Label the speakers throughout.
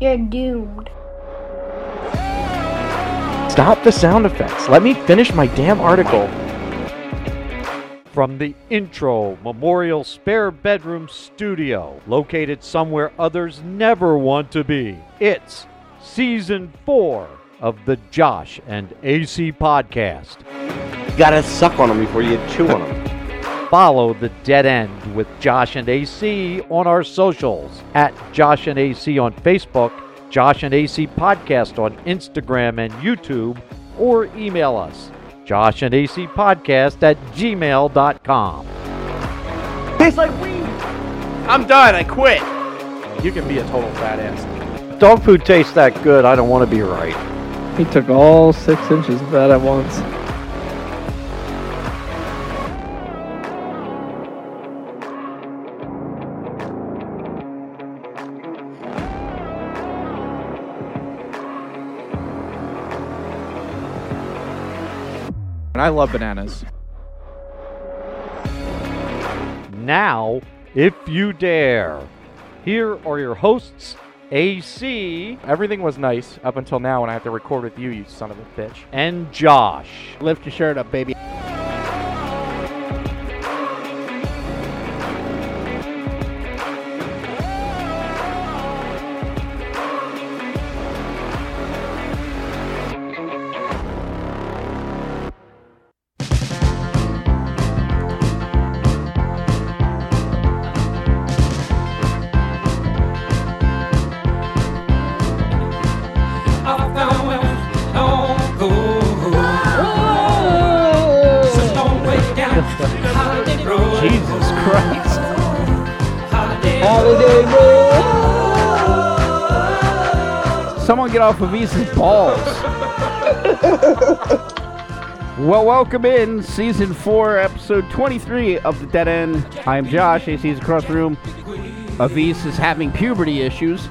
Speaker 1: You're doomed.
Speaker 2: Stop the sound effects. Let me finish my damn article.
Speaker 3: From the Intro Memorial Spare Bedroom Studio, located somewhere others never want to be, it's Season 4 of the Josh and AC Podcast.
Speaker 2: You gotta suck on them before you chew on them.
Speaker 3: Follow the dead end with Josh and AC on our socials at Josh and AC on Facebook, Josh and AC Podcast on Instagram and YouTube, or email us, Josh and AC Podcast at gmail.com.
Speaker 2: Tastes like weed.
Speaker 4: I'm done. I quit.
Speaker 2: You can be a total fat ass.
Speaker 3: Dog food tastes that good, I don't want to be right.
Speaker 5: He took all six inches of that at once.
Speaker 4: And I love bananas.
Speaker 3: Now, if you dare, here are your hosts, AC
Speaker 6: Everything was nice up until now when I have to record with you, you son of a bitch.
Speaker 3: and Josh.
Speaker 6: Lift your shirt up, baby.
Speaker 2: Jesus Christ.
Speaker 4: Someone get off of Eason's balls. well, welcome in season four, episode 23 of The Dead End. I am Josh, AC's across the room. Avis is having puberty issues.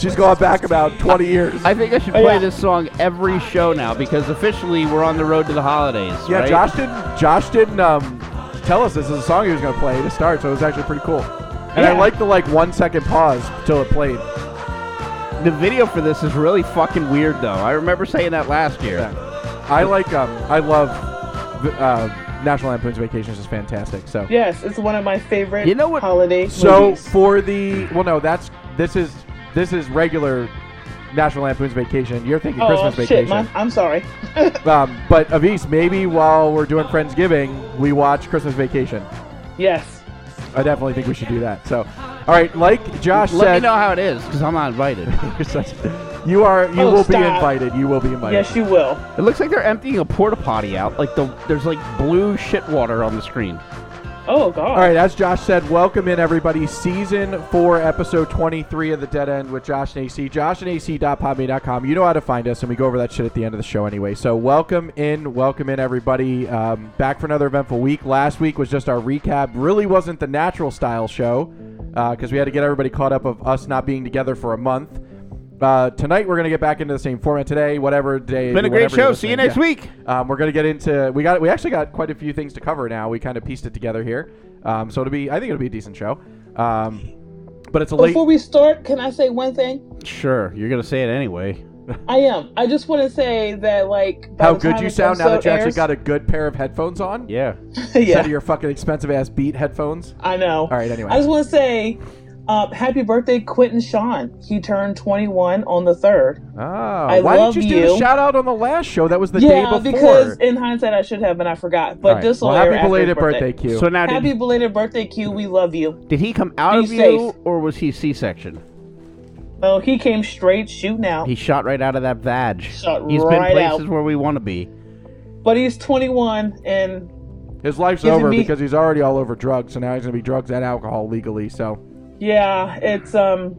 Speaker 6: She's gone back about 20 years.
Speaker 4: I think I should play
Speaker 6: Oh,
Speaker 4: this song every show now because officially we're on the road to the holidays.
Speaker 6: yeah,
Speaker 4: right?
Speaker 6: Josh didn't. Josh didn't um, tell us this is a song he was gonna play to start, so it was actually pretty cool. And I
Speaker 4: Yeah.
Speaker 6: like the like one second pause till it played.
Speaker 4: The video for this is really fucking weird, though. I remember saying that last year.
Speaker 6: Yeah. I like um, I love the, uh, National Lampoon's Vacation is just fantastic. So
Speaker 7: Yes, it's one of my favorite
Speaker 4: You know what-
Speaker 7: holiday
Speaker 6: So
Speaker 7: movies.
Speaker 6: for the well, no, that's this is this is regular National Lampoon's Vacation. You're thinking
Speaker 7: oh,
Speaker 6: Christmas
Speaker 7: shit,
Speaker 6: Vacation,
Speaker 7: my, I'm sorry.
Speaker 6: um, but Avis, maybe while we're doing Friendsgiving, we watch Christmas Vacation.
Speaker 7: Yes.
Speaker 6: I definitely think we should do that. So, all right, like Josh
Speaker 4: Let
Speaker 6: said,
Speaker 4: me know how it is because I'm not invited.
Speaker 6: you're such- you are you
Speaker 7: Oh,
Speaker 6: will be
Speaker 7: stop.
Speaker 6: invited. You will be invited.
Speaker 7: yes, you will.
Speaker 4: it looks like they're emptying a porta potty out. Like the there's like blue shit water on the screen.
Speaker 7: Oh, God.
Speaker 6: all right, as Josh said, welcome in everybody. Season four, episode twenty-three of the Dead End with Josh and AC. Josh and AC.podme.com. E You know how to find us, and we go over that shit at the end of the show anyway. So, welcome in, welcome in everybody. Um, back for another eventful week. Last week was just our recap. Really wasn't the natural style show because we had to get everybody caught up of us not being together for a month. Uh, tonight we're gonna get back into the same format today. Whatever day.
Speaker 4: Been a great
Speaker 6: whenever you're
Speaker 4: show. See you
Speaker 6: listening.
Speaker 4: next
Speaker 6: Yeah.
Speaker 4: week.
Speaker 6: Um, we're gonna get into we got we actually got quite a few things to cover now. We kind of pieced it together here, um, so it'll be I think it'll be a decent show. Um, but it's a late.
Speaker 7: Before we start, can I say one thing?
Speaker 4: Sure, you're gonna say it anyway.
Speaker 7: I am. I just want to say that, like, by
Speaker 6: how
Speaker 7: the
Speaker 6: good
Speaker 7: time
Speaker 6: you
Speaker 7: this
Speaker 6: sound now
Speaker 7: episode
Speaker 6: that you actually
Speaker 7: airs-
Speaker 6: got a good pair of headphones on
Speaker 4: Yeah.
Speaker 7: yeah,
Speaker 6: instead of your fucking expensive ass Beat headphones.
Speaker 7: I know.
Speaker 6: All right, anyway.
Speaker 7: I just want to say, uh, happy birthday, Quentin Sean. He turned 21 on the third.
Speaker 6: Oh, why
Speaker 7: love
Speaker 6: didn't you, do
Speaker 7: you.
Speaker 6: a shout out on the last show? That was the day
Speaker 7: yeah,
Speaker 6: before.
Speaker 7: because in hindsight, I should have, and I forgot. But
Speaker 6: All right.
Speaker 7: this will
Speaker 6: well,
Speaker 7: air
Speaker 6: happy
Speaker 7: after his
Speaker 6: belated birthday, Q.
Speaker 4: So now
Speaker 7: Happy
Speaker 4: did,
Speaker 7: belated birthday, Q. We love you.
Speaker 4: did he come out
Speaker 7: Be
Speaker 4: of
Speaker 7: safe.
Speaker 4: you or was he C-section?
Speaker 7: Oh, he came straight shooting out.
Speaker 4: He shot right out of that vag.
Speaker 7: Shot
Speaker 4: He's been
Speaker 7: right
Speaker 4: places
Speaker 7: out.
Speaker 4: where we want to be.
Speaker 7: But he's 21 and
Speaker 6: His life's
Speaker 7: Isn't
Speaker 6: over
Speaker 7: me-
Speaker 6: because he's already all over drugs, so now he's gonna be drugs and alcohol legally. So
Speaker 7: yeah, it's um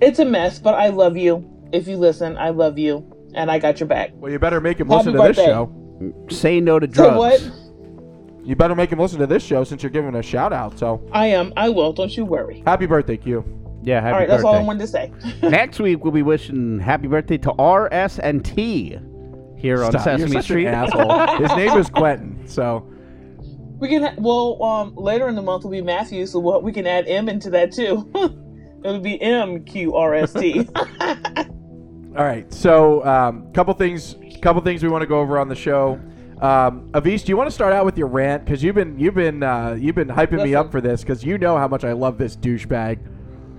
Speaker 7: it's a mess, but I love you. If you listen, I love you and I got your back.
Speaker 6: well, you better make him
Speaker 7: Happy
Speaker 6: listen to this
Speaker 7: birthday.
Speaker 6: show.
Speaker 4: Say no to drugs.
Speaker 7: So what?
Speaker 6: You better make him listen to this show since you're giving a shout out. So
Speaker 7: I am. I will. Don't you worry.
Speaker 6: happy birthday, Q.
Speaker 4: Yeah, happy
Speaker 7: all right,
Speaker 4: birthday.
Speaker 7: that's all I wanted to say.
Speaker 4: Next week we'll be wishing happy birthday to R S and T here on
Speaker 6: Stop,
Speaker 4: Sesame
Speaker 6: you're such
Speaker 4: Street.
Speaker 6: An asshole. His name is Quentin. So
Speaker 7: we can ha- well um later in the month will be Matthew, so we'll, we can add M into that too. It would be M Q R S T.
Speaker 6: All right. So, um, couple things, couple things we want to go over on the show. Um, Avish, do you want to start out with your rant? Because you've been, you've been, uh, you've been hyping me
Speaker 7: Listen.
Speaker 6: up for this. Because you know how much I love this douchebag.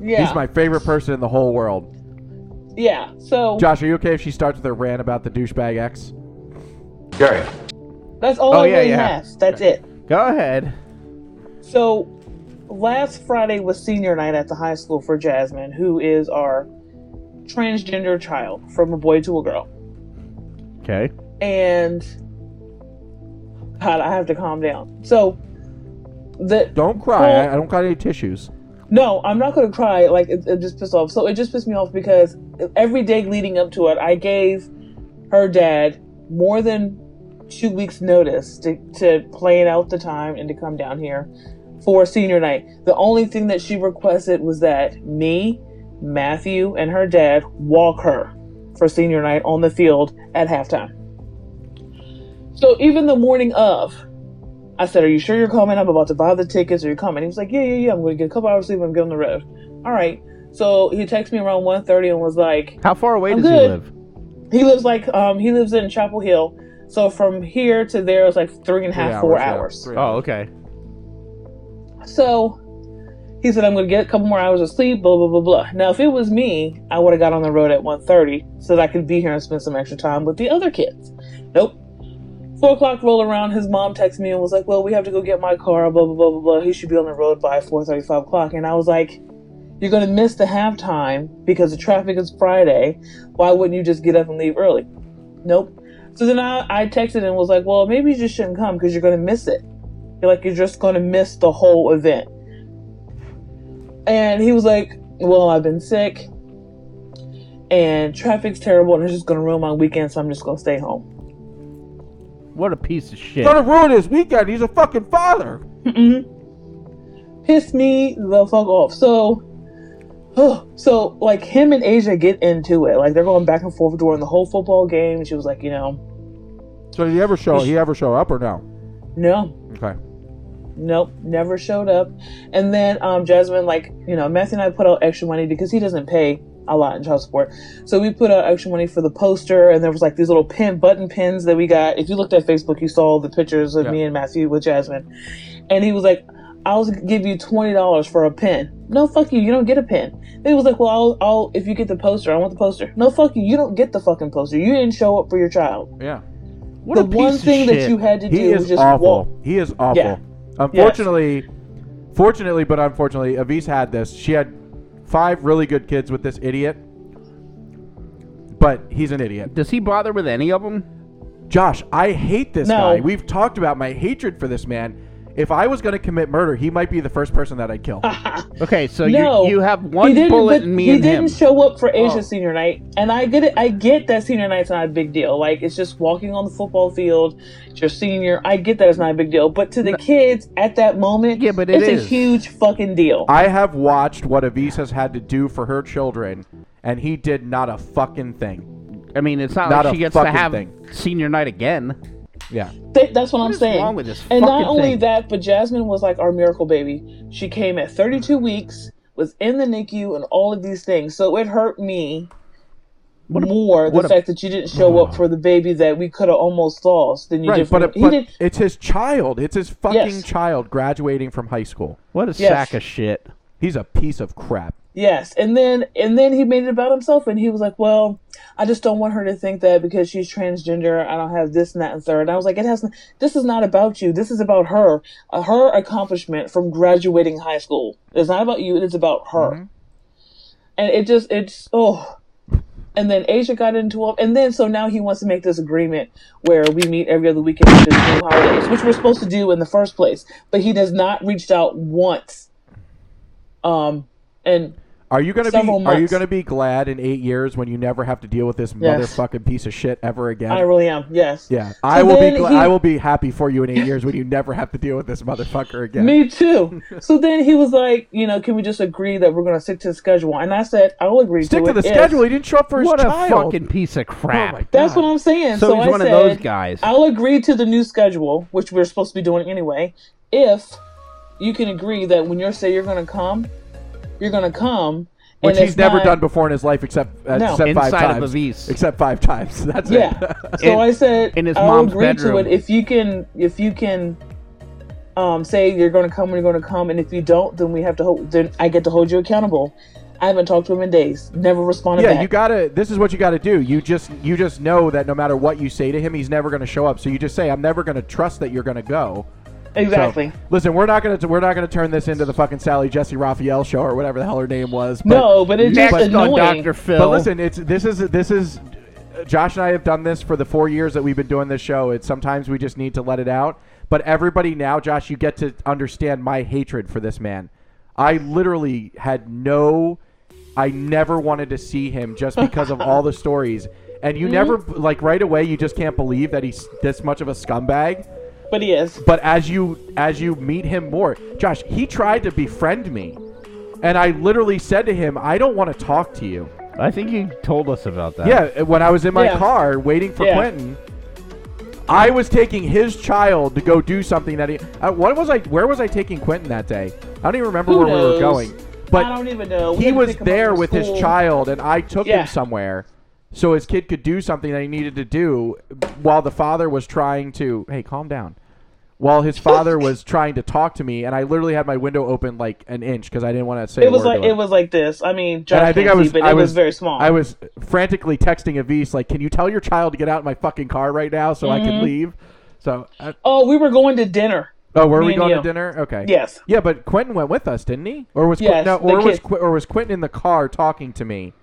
Speaker 7: Yeah.
Speaker 6: He's my favorite person in the whole world.
Speaker 7: yeah. So
Speaker 6: Josh, are you okay if she starts with her rant about the douchebag X?
Speaker 7: that's all
Speaker 4: Oh,
Speaker 7: I
Speaker 4: yeah,
Speaker 7: really
Speaker 4: yeah.
Speaker 7: asked. That's it.
Speaker 4: Go ahead.
Speaker 7: So last Friday was senior night at the high school for Jasmine, who is our transgender child from a boy to a girl.
Speaker 4: Okay.
Speaker 7: And God, I have to calm down. So the
Speaker 6: Don't cry.
Speaker 7: Well-
Speaker 6: I, I don't got any tissues.
Speaker 7: No, I'm not gonna cry. Like it, it just pissed off. So it just pissed me off because every day leading up to it, I gave her dad more than two weeks' notice to to plan out the time and to come down here for senior night. The only thing that she requested was that me, Matthew, and her dad walk her for senior night on the field at halftime. So even the morning of, I said, Are you sure you're coming? I'm about to buy the tickets. Are you coming? He was like, Yeah, yeah, yeah. I'm going to get a couple hours sleep. I'm going on the road. All right. So he texted me around 1.30 and was like,
Speaker 4: How far away
Speaker 7: I'm
Speaker 4: does he
Speaker 7: good.
Speaker 4: live?
Speaker 7: He lives like, um, he lives in Chapel Hill. So from here to there is like three and a half, four hours.
Speaker 4: Oh, okay.
Speaker 7: So he said, I'm going to get a couple more hours of sleep, blah, blah, blah, blah. Now, if it was me, I would have got on the road at 1.30 so that I could be here and spend some extra time with the other kids. Nope. Four o'clock roll around, his mom texted me and was like, well, we have to go get my car, blah, blah, blah, blah, blah. He should be on the road by 4.35 o'clock. And I was like, you're going to miss the halftime because the traffic is Friday. Why wouldn't you just get up and leave early? Nope. So then I, I texted and was like, well, maybe you just shouldn't come because you're going to miss it. You're like, you're just going to miss the whole event. And he was like, Well, I've been sick and traffic's terrible and it's just going to ruin my weekend, so I'm just going to stay home.
Speaker 4: What a piece of shit.
Speaker 6: Gonna ruin his weekend. He's a fucking father.
Speaker 7: Piss me the fuck off. So, so like him and Asia get into it. Like they're going back and forth during the whole football game. She was like, You know,
Speaker 6: So did he ever show? He ever show up or no?
Speaker 7: no,
Speaker 6: Okay.
Speaker 7: Nope, never showed up. And then um, Jasmine, like, you know, Matthew and I put out extra money because he doesn't pay a lot in child support. So we put out extra money for the poster, and there was like these little pin button pins that we got. If you looked at Facebook, you saw the pictures of
Speaker 6: Yeah.
Speaker 7: me and Matthew with Jasmine. And he was like, I'll give you twenty dollars for a pin. No, fuck you. You don't get a pin. Then he was like, "Well, I'll, I'll if you get the poster. I want the poster." No, fuck you. You don't get the fucking poster. You didn't show up for your child.
Speaker 6: Yeah.
Speaker 4: What
Speaker 7: the
Speaker 4: a piece
Speaker 7: one
Speaker 4: of
Speaker 7: thing
Speaker 4: shit.
Speaker 7: that you had to
Speaker 6: He
Speaker 7: do was
Speaker 6: is
Speaker 7: just
Speaker 6: awful.
Speaker 7: walk.
Speaker 6: He is awful.
Speaker 7: Yeah.
Speaker 6: Unfortunately, fortunately, but unfortunately, Avis had this. She had five really good kids with this idiot, but he's an idiot.
Speaker 4: Does he bother with any of them?
Speaker 6: Josh, I hate this
Speaker 7: No.
Speaker 6: guy. We've talked about my hatred for this man. If I was going to commit murder, he might be the first person that I'd kill.
Speaker 7: Ah.
Speaker 4: Okay, so
Speaker 7: no,
Speaker 4: you you have
Speaker 7: he
Speaker 4: one
Speaker 7: didn't-
Speaker 4: bullet
Speaker 7: but
Speaker 4: in me
Speaker 7: he
Speaker 4: and
Speaker 7: didn't
Speaker 4: him. Oh.
Speaker 7: show up for Asia senior night, and I get it. I get that senior night's not a big deal. Like it's just walking on the football field. It's your senior. I get that it's not a big deal, but to the kids at that moment,
Speaker 4: Yeah, but it
Speaker 7: it's
Speaker 4: is.
Speaker 7: a huge fucking deal.
Speaker 6: I have watched what Avis has had to do for her children, and he did not a fucking thing.
Speaker 4: I mean, it's not,
Speaker 6: Not
Speaker 4: like
Speaker 6: a
Speaker 4: she gets to
Speaker 6: fucking
Speaker 4: have
Speaker 6: thing.
Speaker 4: senior night again.
Speaker 6: Yeah.
Speaker 7: Th- that's what, I'm
Speaker 4: is
Speaker 7: saying.
Speaker 4: wrong with this
Speaker 7: and not
Speaker 4: fucking
Speaker 7: only
Speaker 4: thing?
Speaker 7: that, but Jasmine was like our miracle baby. She came at 32 weeks, was in the NICU, and all of these things. So it hurt me more the
Speaker 4: what a-
Speaker 7: fact that you didn't show up for the baby that we could have almost lost. Than you
Speaker 6: Right,
Speaker 7: did
Speaker 6: but,
Speaker 7: for-
Speaker 6: it-
Speaker 7: he
Speaker 6: but
Speaker 7: did-
Speaker 6: it's his child. It's his fucking
Speaker 7: Yes.
Speaker 6: child graduating from high school.
Speaker 4: What a
Speaker 7: Yes.
Speaker 4: sack of shit.
Speaker 6: He's a piece of crap.
Speaker 7: Yes, and then and then he made it about himself, and he was like, "Well, I just don't want her to think that because she's transgender, I don't have this and that and third. And I was like, "It hasn't. This is not about you. This is about her. Uh, her accomplishment from graduating high school. It's not about you. It's about her." And it just it's oh. And then Asia got into it, and then so now he wants to make this agreement where we meet every other weekend for the new holidays, which we're supposed to do in the first place. But he has not reached out once. Um. And
Speaker 6: Are you gonna be
Speaker 7: Several
Speaker 6: Are you
Speaker 7: months.
Speaker 6: gonna be glad in eight years when you never have to deal with this
Speaker 7: Yes.
Speaker 6: motherfucking piece of shit ever again?
Speaker 7: I really am. Yes.
Speaker 6: yeah, I will
Speaker 7: then
Speaker 6: be. Gla-
Speaker 7: he-
Speaker 6: I will be happy for you in eight years when you never have to deal with this motherfucker again.
Speaker 7: Me too. so then he was like, you know, can we just agree that we're going to stick to the schedule? And I said, I'll agree
Speaker 6: Stick
Speaker 7: to
Speaker 6: to
Speaker 7: it
Speaker 6: the
Speaker 7: if-
Speaker 6: schedule. He didn't show up for his
Speaker 4: What
Speaker 6: child.
Speaker 4: a fucking piece of crap.
Speaker 6: my
Speaker 7: That's what I'm saying.
Speaker 4: So
Speaker 7: So,
Speaker 4: he's
Speaker 7: I
Speaker 4: one of
Speaker 7: said,
Speaker 4: those guys.
Speaker 7: I'll agree to the new schedule, which we're supposed to be doing anyway, if you can agree that when you say you're going to come, you're going to come, And
Speaker 6: which he's
Speaker 7: it's
Speaker 6: never
Speaker 7: not-
Speaker 6: done before in his life except uh,
Speaker 7: No.
Speaker 6: except five
Speaker 4: Inside of
Speaker 6: times.
Speaker 4: a V's.
Speaker 6: Except five times. That's
Speaker 7: Yeah.
Speaker 6: it.
Speaker 7: So
Speaker 4: In-
Speaker 7: I said
Speaker 4: in his
Speaker 7: I'll
Speaker 4: mom's
Speaker 7: agree
Speaker 4: bedroom.
Speaker 7: to it if you can if you can um, say you're going to come when you're going to come, and if you don't, then we have to hold. Then I get to hold you accountable. I haven't talked to him in days. Never responded
Speaker 6: yeah,
Speaker 7: back.
Speaker 6: you gotta. This is what you gotta do. You just you just know that no matter what you say to him, he's never gonna show up. So you just say, "I'm never gonna trust that you're gonna go." So,
Speaker 7: exactly.
Speaker 6: listen, we're not gonna we're not gonna turn this into the fucking Sally Jesse Raphael show or whatever the hell her name was. But,
Speaker 7: no, but it's just
Speaker 4: Next on
Speaker 7: annoying.
Speaker 4: Doctor Phil.
Speaker 6: But listen, it's this is this is Josh and I have done this for the four years that we've been doing this show. It's sometimes we just need to let it out. But everybody now, Josh, you get to understand my hatred for this man. I literally had no I never wanted to see him just because of all the stories. And you never
Speaker 7: Mm-hmm.
Speaker 6: like right away you just can't believe that he's this much of a scumbag.
Speaker 7: But he is.
Speaker 6: But as you as you meet him more, Josh, he tried to befriend me. And I literally said to him, I don't want to talk to you.
Speaker 4: I think you told us about that.
Speaker 6: Yeah, when I was in my
Speaker 7: Yeah.
Speaker 6: car waiting for
Speaker 7: Yeah.
Speaker 6: Quentin, I was taking his child to go do something that he. Uh, what was I? Where was I taking Quentin that day? I don't even remember
Speaker 7: Who
Speaker 6: where we were
Speaker 7: knows?
Speaker 6: going.
Speaker 7: I
Speaker 6: But
Speaker 7: don't even know. We
Speaker 6: he
Speaker 7: had to
Speaker 6: was
Speaker 7: pick him up
Speaker 6: there
Speaker 7: from
Speaker 6: with
Speaker 7: school.
Speaker 6: his child, and I took
Speaker 7: Yeah.
Speaker 6: him somewhere so his kid could do something that he needed to do while the father was trying to. Hey, calm down. While his father was trying to talk to me, and I literally had my window open like an inch because I didn't want to say. a
Speaker 7: It was
Speaker 6: word to
Speaker 7: like
Speaker 6: him.
Speaker 7: it was like this. I mean, Josh
Speaker 6: And I think I
Speaker 7: can't see,
Speaker 6: was
Speaker 7: but
Speaker 6: I
Speaker 7: it was, very small.
Speaker 6: I was frantically texting Avise like, "Can you tell your child to get out of my fucking car right now so I
Speaker 7: Mm-hmm.
Speaker 6: can leave?" So, uh,
Speaker 7: oh, we were going to dinner.
Speaker 6: oh, were
Speaker 7: Me
Speaker 6: we
Speaker 7: and
Speaker 6: going to
Speaker 7: you.
Speaker 6: dinner? Okay.
Speaker 7: Yes.
Speaker 6: Yeah, but Quentin went with us, didn't he? Or was
Speaker 7: Yes,
Speaker 6: Quentin, no,
Speaker 7: the
Speaker 6: or was
Speaker 7: kid.
Speaker 6: Qu- or was Quentin in the car talking to me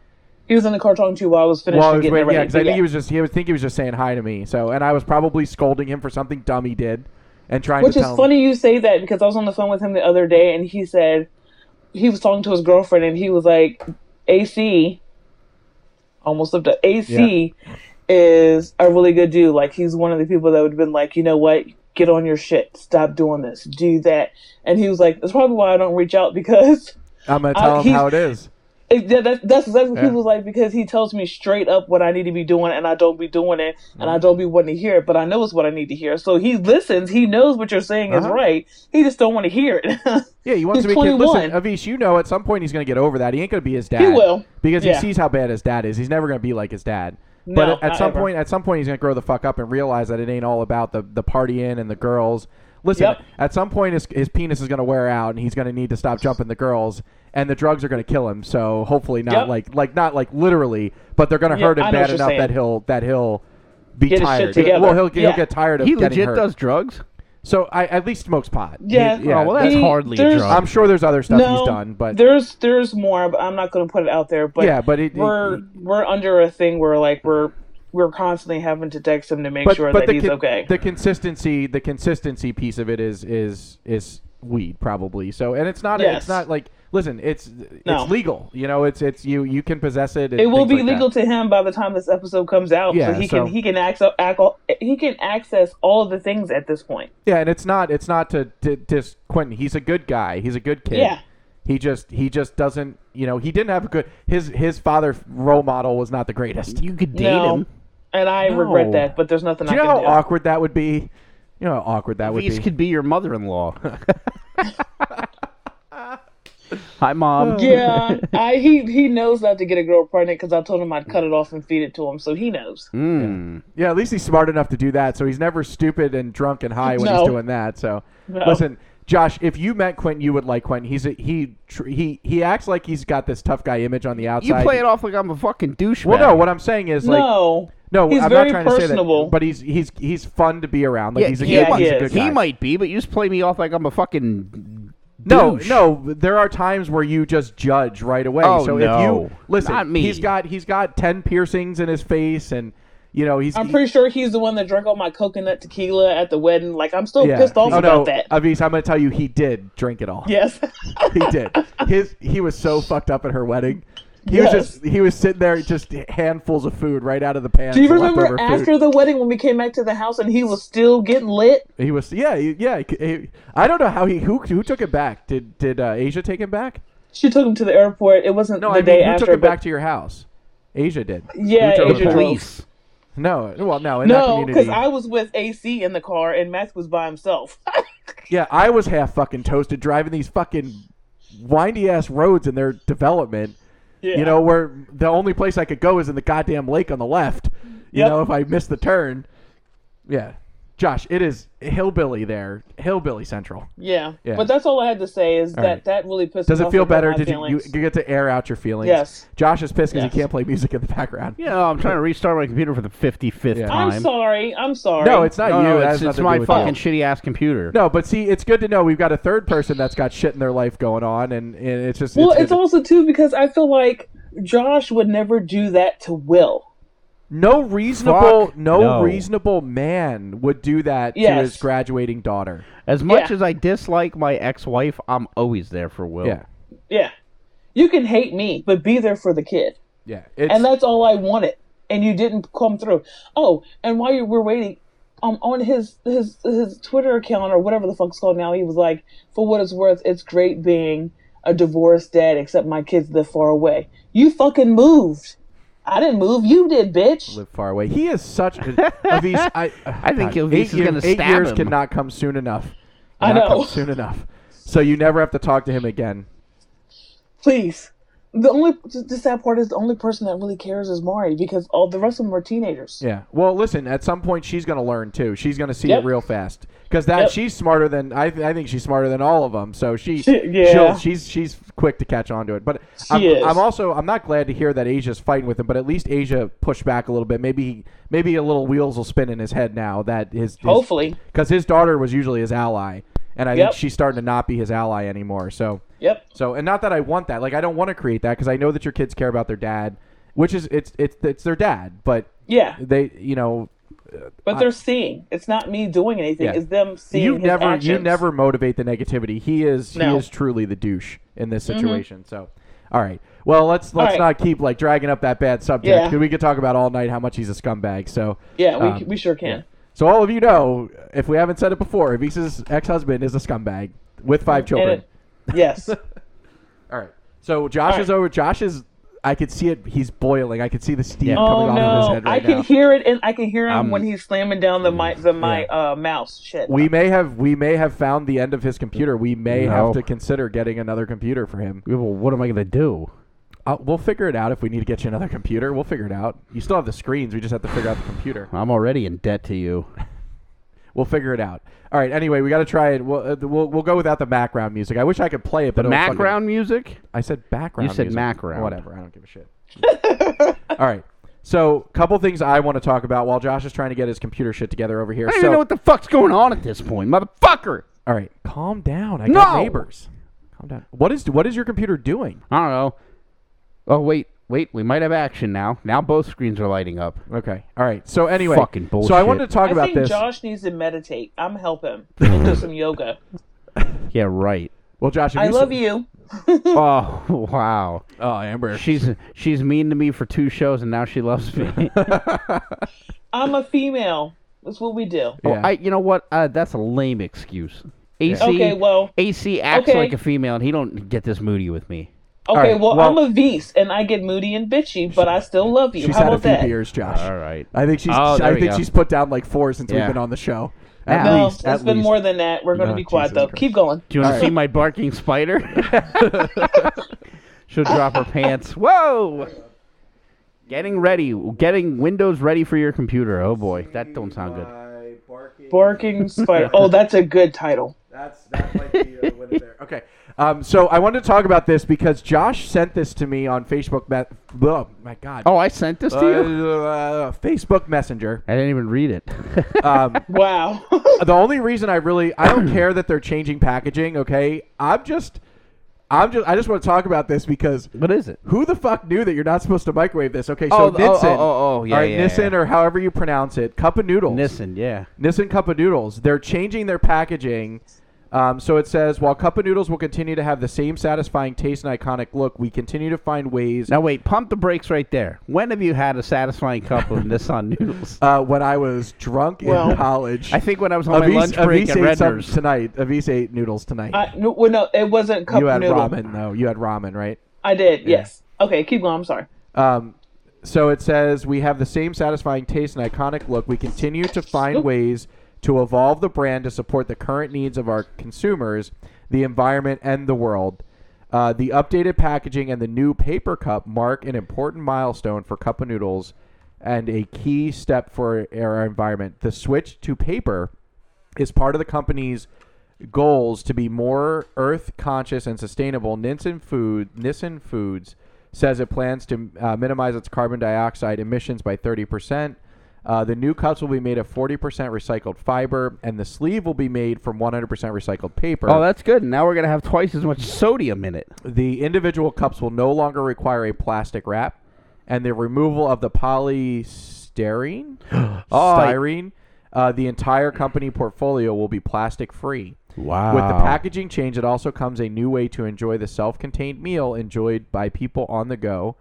Speaker 7: He was in the car talking to you while I was finishing
Speaker 6: while I was
Speaker 7: getting
Speaker 6: waiting?
Speaker 7: ready.
Speaker 6: Yeah, because I
Speaker 7: but
Speaker 6: think he was just he was think he was just saying hi to me. So, and I was probably scolding him for something dumb he did, and trying
Speaker 7: Which
Speaker 6: to
Speaker 7: is
Speaker 6: tell him-
Speaker 7: funny you say that because I was on the phone with him the other day and he said he was talking to his girlfriend and he was like, AC, almost up to AC, is a really good dude. Like, he's one of the people that would have been like, you know what? Get on your shit. Stop doing this. Do that. And he was like, that's probably why I don't reach out because
Speaker 6: I'm gonna
Speaker 7: I-
Speaker 6: tell him
Speaker 7: he's-
Speaker 6: how it is.
Speaker 7: it, yeah, that, that's exactly what
Speaker 6: Yeah.
Speaker 7: people's like because he tells me straight up what I need to be doing and I don't be doing it and
Speaker 6: Mm-hmm.
Speaker 7: I don't be wanting to hear it, but I know it's what I need to hear. So he listens. He knows what you're saying is
Speaker 6: Uh-huh.
Speaker 7: right. He just don't want to hear it.
Speaker 6: Yeah, he wants
Speaker 7: He's
Speaker 6: to be kid. Listen,
Speaker 7: 21.
Speaker 6: Avish, you know at some point he's going to get over that. He ain't going to be his dad.
Speaker 7: He will.
Speaker 6: because
Speaker 7: Yeah.
Speaker 6: he sees how bad his dad is. He's never going to be like his dad.
Speaker 7: No,
Speaker 6: but at- at
Speaker 7: not
Speaker 6: some
Speaker 7: ever.
Speaker 6: point, at some point, he's going to grow the fuck up and realize that it ain't all about the the partying and the girls. Listen,
Speaker 7: Yep.
Speaker 6: at some point, his, his penis is going to wear out, and he's going to need to stop jumping the girls. And the drugs are going to kill him. So hopefully not
Speaker 7: Yep.
Speaker 6: like like not like literally, but they're going to
Speaker 7: Yeah,
Speaker 6: hurt him
Speaker 7: I know what
Speaker 6: bad
Speaker 7: you're
Speaker 6: enough
Speaker 7: saying.
Speaker 6: that he'll that he'll be
Speaker 7: Get his shit
Speaker 6: tired.
Speaker 7: together.
Speaker 6: Well, he'll,
Speaker 7: Yeah.
Speaker 6: he'll get tired of
Speaker 4: He
Speaker 6: getting
Speaker 4: legit
Speaker 6: hurt.
Speaker 4: does drugs.
Speaker 6: So I at least smokes pot.
Speaker 7: yeah.
Speaker 6: He- yeah.
Speaker 4: Oh, well, that's
Speaker 7: He-
Speaker 4: hardly a
Speaker 7: there's-
Speaker 4: drug.
Speaker 6: I'm sure there's other stuff he's done, but
Speaker 7: there's there's more, but I'm not going to put it out there. But
Speaker 6: yeah, but it,
Speaker 7: we're
Speaker 6: it-
Speaker 7: we're under a thing where like we're we're constantly having to text him to make
Speaker 6: but,
Speaker 7: sure
Speaker 6: but
Speaker 7: that
Speaker 6: the,
Speaker 7: he's
Speaker 6: con-
Speaker 7: okay.
Speaker 6: the consistency the consistency piece of it is is is weed probably. So and it's not
Speaker 7: Yes.
Speaker 6: it's not like listen, it's
Speaker 7: No.
Speaker 6: it's legal. You know, it's it's you you can possess it. and
Speaker 7: it will
Speaker 6: things
Speaker 7: be
Speaker 6: like
Speaker 7: legal
Speaker 6: that.
Speaker 7: to him by the time this episode comes out,
Speaker 6: Yeah,
Speaker 7: so he
Speaker 6: so-
Speaker 7: can he can access he can access all of the things at this point.
Speaker 6: Yeah, and it's not it's not to to diss Quentin. He's a good guy. He's a good kid.
Speaker 7: Yeah.
Speaker 6: He just he just doesn't you know he didn't have a good his his father role model was not the greatest.
Speaker 4: You could date
Speaker 7: No.
Speaker 4: him.
Speaker 7: And I
Speaker 6: No.
Speaker 7: regret that, but there's nothing
Speaker 6: Do
Speaker 7: I
Speaker 6: you know
Speaker 7: can
Speaker 6: how
Speaker 7: do.
Speaker 6: awkward that would be? You know how awkward that would
Speaker 4: Beast
Speaker 6: be.
Speaker 4: could be your mother-in-law. Hi, mom.
Speaker 7: Yeah, I, he he knows not to get a girl pregnant because I told him I'd cut it off and feed it to him, so he knows.
Speaker 4: Mm.
Speaker 6: Yeah, at least he's smart enough to do that, so he's never stupid and drunk and high when
Speaker 7: No.
Speaker 6: he's doing that. So,
Speaker 7: No.
Speaker 6: listen, Josh, if you met Quentin, you would like Quentin. He's a, he tr- he he acts like he's got this tough guy image on the
Speaker 4: You
Speaker 6: outside.
Speaker 4: play it off like I'm a fucking douchebag.
Speaker 6: Well, no, what I'm saying is like
Speaker 7: no,
Speaker 6: no,
Speaker 7: he's
Speaker 6: I'm
Speaker 7: very
Speaker 6: not trying to say
Speaker 7: personable.
Speaker 6: that, but he's he's he's fun to be around. Like
Speaker 4: yeah,
Speaker 6: he's a
Speaker 4: he,
Speaker 6: good,
Speaker 7: Yeah,
Speaker 6: he's
Speaker 7: he
Speaker 6: a good
Speaker 7: is.
Speaker 4: might, he
Speaker 6: guy.
Speaker 4: might be, but you just play me off like I'm a fucking.
Speaker 6: No,
Speaker 4: douche.
Speaker 6: no, there are times where you just judge right away.
Speaker 4: Oh,
Speaker 6: so
Speaker 4: no.
Speaker 6: if you listen,
Speaker 4: Not me.
Speaker 6: he's got he's got 10 piercings in his face and you know, he's
Speaker 7: I'm pretty sure he's the one that drank all my coconut tequila at the wedding. Like I'm still pissed off
Speaker 6: oh,
Speaker 7: about
Speaker 6: no,
Speaker 7: that.
Speaker 6: Avis, I'm going to tell you he did drink it all.
Speaker 7: yes,
Speaker 6: he did. His he was so fucked up at her wedding. He was
Speaker 7: Yes.
Speaker 6: just he was sitting there just handfuls of food right out of the pan.
Speaker 7: do you
Speaker 6: for
Speaker 7: remember
Speaker 6: leftover
Speaker 7: after
Speaker 6: food.
Speaker 7: the wedding when we came back to the house and he was still getting lit?
Speaker 6: he was yeah he- yeah he- he- I don't know how he who who took it back did did uh, Asia take him back?
Speaker 7: She took him to the airport. It wasn't
Speaker 6: No,
Speaker 7: the
Speaker 6: I
Speaker 7: day
Speaker 6: mean, who
Speaker 7: after.
Speaker 6: took him
Speaker 7: but-
Speaker 6: back to your house? Asia did.
Speaker 7: yeah,
Speaker 6: who took him
Speaker 7: Adrian
Speaker 6: back?
Speaker 7: Lee.
Speaker 4: Police.
Speaker 6: No, well no in that
Speaker 7: No, because
Speaker 6: community.
Speaker 7: I was with AC in the car and Max was by himself.
Speaker 6: yeah, I was half fucking toasted driving these fucking windy ass roads in their development.
Speaker 7: Yeah.
Speaker 6: You know, where the only place I could go is in the goddamn lake on the left. You
Speaker 7: Yep.
Speaker 6: know, if I miss the turn. Yeah. Josh, it is hillbilly there. Hillbilly Central.
Speaker 7: Yeah.
Speaker 6: Yeah.
Speaker 7: But that's all I had to say is that
Speaker 6: right.
Speaker 7: that really pissed
Speaker 6: Does
Speaker 7: me
Speaker 6: it
Speaker 7: off
Speaker 6: feel
Speaker 7: about
Speaker 6: better?
Speaker 7: my
Speaker 6: Did you, you,
Speaker 7: feelings.
Speaker 6: you get to air out your feelings?
Speaker 7: Yes.
Speaker 6: Josh is pissed because
Speaker 7: Yes.
Speaker 6: he can't play music in the background.
Speaker 4: You know, I'm trying to restart my computer for the 55th
Speaker 6: Yeah.
Speaker 4: time.
Speaker 7: I'm sorry. I'm sorry.
Speaker 6: No, it's not
Speaker 4: No,
Speaker 6: you.
Speaker 4: no,
Speaker 6: That
Speaker 4: it's,
Speaker 6: has
Speaker 4: it's
Speaker 6: nothing to
Speaker 4: my
Speaker 6: do with you.
Speaker 4: fucking shitty ass computer.
Speaker 6: No, but see, it's good to know we've got a third person that's got shit in their life going on, and, and it's just
Speaker 7: Well,
Speaker 6: good
Speaker 7: it's
Speaker 6: to-
Speaker 7: also too because I feel like Josh would never do that to Will.
Speaker 6: no reasonable
Speaker 4: Fuck
Speaker 6: no,
Speaker 4: no.
Speaker 6: reasonable man would do that to
Speaker 7: Yes.
Speaker 6: his graduating daughter.
Speaker 4: As much
Speaker 7: Yeah.
Speaker 4: as I dislike my ex-wife, I'm always there for Will.
Speaker 6: Yeah,
Speaker 7: Yeah. You can hate me, but be there for the kid.
Speaker 6: yeah. It's,
Speaker 7: And that's all I wanted. And you didn't come through. Oh, and while you were waiting, um, on his his his Twitter account or whatever the fuck's called now, he was like, "For what it's worth, it's great being a divorced dad, except my kids live far away." You fucking moved. I didn't move. You did, bitch.
Speaker 6: live far away. He is such. Avis, I,
Speaker 4: I think
Speaker 6: God,
Speaker 4: Avis
Speaker 6: eight
Speaker 4: is
Speaker 6: year-
Speaker 4: gonna
Speaker 6: eight
Speaker 4: stab
Speaker 6: years
Speaker 4: him.
Speaker 6: cannot come soon enough.
Speaker 7: I
Speaker 6: Cannot
Speaker 7: know.
Speaker 6: come soon enough. So you never have to talk to him again.
Speaker 7: Please. The only the sad part is the only person that really cares is Mari because all the rest of them are teenagers.
Speaker 6: Yeah. Well, listen. At some point, she's going to learn too. She's going to see
Speaker 7: Yep.
Speaker 6: it real fast because that
Speaker 7: Yep.
Speaker 6: she's smarter than I. Th- I think she's smarter than all of them. So she,
Speaker 7: She- yeah.
Speaker 6: she'll- she's she's quick to catch on to it. But I'm,
Speaker 7: She is.
Speaker 6: I'm also I'm not glad to hear that Asia's fighting with him. But at least Asia pushed back a little bit. Maybe maybe a little wheels will spin in his head now that his, his
Speaker 7: Hopefully.
Speaker 6: because his daughter was usually his ally, and I
Speaker 7: Yep.
Speaker 6: think she's starting to not be his ally anymore. So
Speaker 7: Yep.
Speaker 6: so, and not that I want that. Like, I don't want to create that because I know that your kids care about their dad, which is it's it's it's their dad, but
Speaker 7: Yeah.
Speaker 6: they, you know,
Speaker 7: But they're seeing. It's not me doing anything.
Speaker 6: Yeah.
Speaker 7: It's them seeing.
Speaker 6: you
Speaker 7: his
Speaker 6: never you
Speaker 7: actions.
Speaker 6: never motivate the negativity. He is
Speaker 7: No. Mm-hmm.
Speaker 6: he is truly the douche in this situation. So, all right. Well, let's let's
Speaker 7: right.
Speaker 6: not keep like dragging up that bad subject.
Speaker 7: Yeah.
Speaker 6: 'cause We could talk about all night how much he's a scumbag. So,
Speaker 7: Yeah, we,
Speaker 6: um,
Speaker 7: we sure can.
Speaker 6: so all of you know, if we haven't said it before, Avisa's ex-husband is a scumbag with five
Speaker 7: And
Speaker 6: children.
Speaker 7: it- yes.
Speaker 6: All right. So Josh
Speaker 7: All
Speaker 6: is
Speaker 7: right.
Speaker 6: over. Josh is. I could see it. He's boiling. I could see the steam coming off
Speaker 7: oh
Speaker 6: of his
Speaker 7: no,
Speaker 6: head
Speaker 7: I
Speaker 6: right
Speaker 7: can
Speaker 6: now.
Speaker 7: hear it, and I can hear him
Speaker 4: Um,
Speaker 7: when he's slamming down the my the my uh, mouse. Shit.
Speaker 6: we may have we may have found the end of his computer. We may
Speaker 4: No.
Speaker 6: have to consider getting another computer for him.
Speaker 4: Yeah, Well, what am I gonna do?
Speaker 6: Uh, we'll figure it out if we need to get you another computer. We'll figure it out. You still have the screens. We just have to figure out the computer.
Speaker 4: I'm already in debt to you.
Speaker 6: We'll figure it out. All right. Anyway, we got to try it. We'll, uh, we'll we'll go without the background music. I wish I could play it, but
Speaker 4: The
Speaker 6: it would fucking-
Speaker 4: background music?
Speaker 6: I said background.
Speaker 4: You said
Speaker 6: music.
Speaker 4: macround.
Speaker 6: Whatever. I don't give a shit. All right. So, couple things I want to talk about while Josh is trying to get his computer shit together over here.
Speaker 4: I don't
Speaker 6: so,
Speaker 4: even know what the fuck's going on at this point, motherfucker.
Speaker 6: all right, calm down. I got
Speaker 4: No!
Speaker 6: neighbors. Calm down. What is what is your computer doing?
Speaker 4: I don't know. Oh wait, wait, we might have action now. Now both screens are lighting up.
Speaker 6: Okay. All right. So anyway,
Speaker 4: Fucking
Speaker 6: So I
Speaker 4: bullshit.
Speaker 6: wanted to talk
Speaker 7: I
Speaker 6: about
Speaker 7: think
Speaker 6: this.
Speaker 7: Josh needs to meditate. I'm help him do some yoga.
Speaker 4: Yeah, right.
Speaker 6: well, Josh, if
Speaker 7: I
Speaker 6: you
Speaker 7: love you.
Speaker 4: oh wow.
Speaker 6: Oh, Amber.
Speaker 4: She's she's mean to me for two shows and now she loves me.
Speaker 7: I'm a female. That's what we do.
Speaker 4: Oh,
Speaker 6: Yeah.
Speaker 4: I, you know what? Uh, that's a lame excuse. AC,
Speaker 7: Okay, well-
Speaker 4: AC acts
Speaker 7: Okay.
Speaker 4: like a female, and he don't get this moody with me.
Speaker 7: Okay,
Speaker 6: right,
Speaker 7: well,
Speaker 6: well-
Speaker 7: I'm a V's, and I get moody and bitchy, but I still love you.
Speaker 6: she's
Speaker 7: How
Speaker 6: had a
Speaker 7: about
Speaker 6: few
Speaker 7: that?
Speaker 6: beers, Josh.
Speaker 4: All right.
Speaker 6: I think she's.
Speaker 4: Oh, there
Speaker 6: I
Speaker 4: we
Speaker 6: think
Speaker 4: go.
Speaker 6: she's put down like four since
Speaker 4: Yeah.
Speaker 6: we've been on the show. At
Speaker 4: No,
Speaker 7: No,
Speaker 6: least.
Speaker 7: it's
Speaker 6: at
Speaker 7: been
Speaker 6: least.
Speaker 7: more than that. We're going
Speaker 6: Oh,
Speaker 7: to be quiet
Speaker 6: Jesus
Speaker 7: though. Keep going.
Speaker 4: Do you want to see my barking spider? She'll drop her pants. Whoa! Getting ready, getting Windows ready for your computer. Oh boy, that don't sound good.
Speaker 7: Barking spider. oh, that's a good title.
Speaker 6: That's that might be a winner there. Okay. Um, so I wanted to talk about this because Josh sent this to me on Facebook. Me- oh my God.
Speaker 4: Oh, I sent this to
Speaker 6: Uh,
Speaker 4: you.
Speaker 6: uh, Facebook Messenger.
Speaker 4: I didn't even read it.
Speaker 6: Um,
Speaker 7: Wow.
Speaker 6: the only reason I really I don't care that they're changing packaging. Okay, I'm just, I'm just I just want to talk about this because
Speaker 4: what is it?
Speaker 6: who the fuck knew that you're not supposed to microwave this? Okay, so
Speaker 4: Oh, oh,
Speaker 6: Nissan,
Speaker 4: oh, oh, oh, yeah,
Speaker 6: all right,
Speaker 4: yeah,
Speaker 6: Nissan
Speaker 4: yeah.
Speaker 6: or however you pronounce it, cup of noodles.
Speaker 4: Nissan, yeah.
Speaker 6: Nissan Cup of Noodles. They're changing their packaging. Um, so it says, while Cup of Noodles will continue to have the same satisfying taste and iconic look, we continue to find ways.
Speaker 4: Now wait, pump the brakes right there. When have you had a satisfying cup of Nissan noodles?
Speaker 6: Uh, when I was drunk
Speaker 7: Well,
Speaker 6: in college,
Speaker 4: I think when I was on my lunch break at
Speaker 6: ate some
Speaker 4: Redner's.
Speaker 6: tonight. Avis ate noodles tonight.
Speaker 7: I, no, well, no, it wasn't cup
Speaker 6: you had
Speaker 7: noodle.
Speaker 6: ramen though. You had ramen, right?
Speaker 7: I did. Yes. Okay, keep going. I'm sorry.
Speaker 6: Um, so it says we have the same satisfying taste and iconic look. We continue to find ways to evolve the brand to support the current needs of our consumers, the environment, and the world. Uh, the updated packaging and the new paper cup mark an important milestone for cup of noodles and a key step for our environment. The switch to paper is part of the company's goals to be more earth conscious and sustainable. Nissen Food Nissen Foods says it plans to uh, minimize its carbon dioxide emissions by 30%. Uh, the new cups will be made of 40% recycled fiber, and the sleeve will be made from 100% recycled paper.
Speaker 4: Oh, that's good. Now we're gonna have twice as much sodium in it.
Speaker 6: The individual cups will no longer require a plastic wrap, and the removal of the polystyrene, styrene, uh, the entire company portfolio will be plastic free.
Speaker 4: Wow.
Speaker 6: With the packaging change, it also comes a new way to enjoy the self-contained meal enjoyed by people on the go.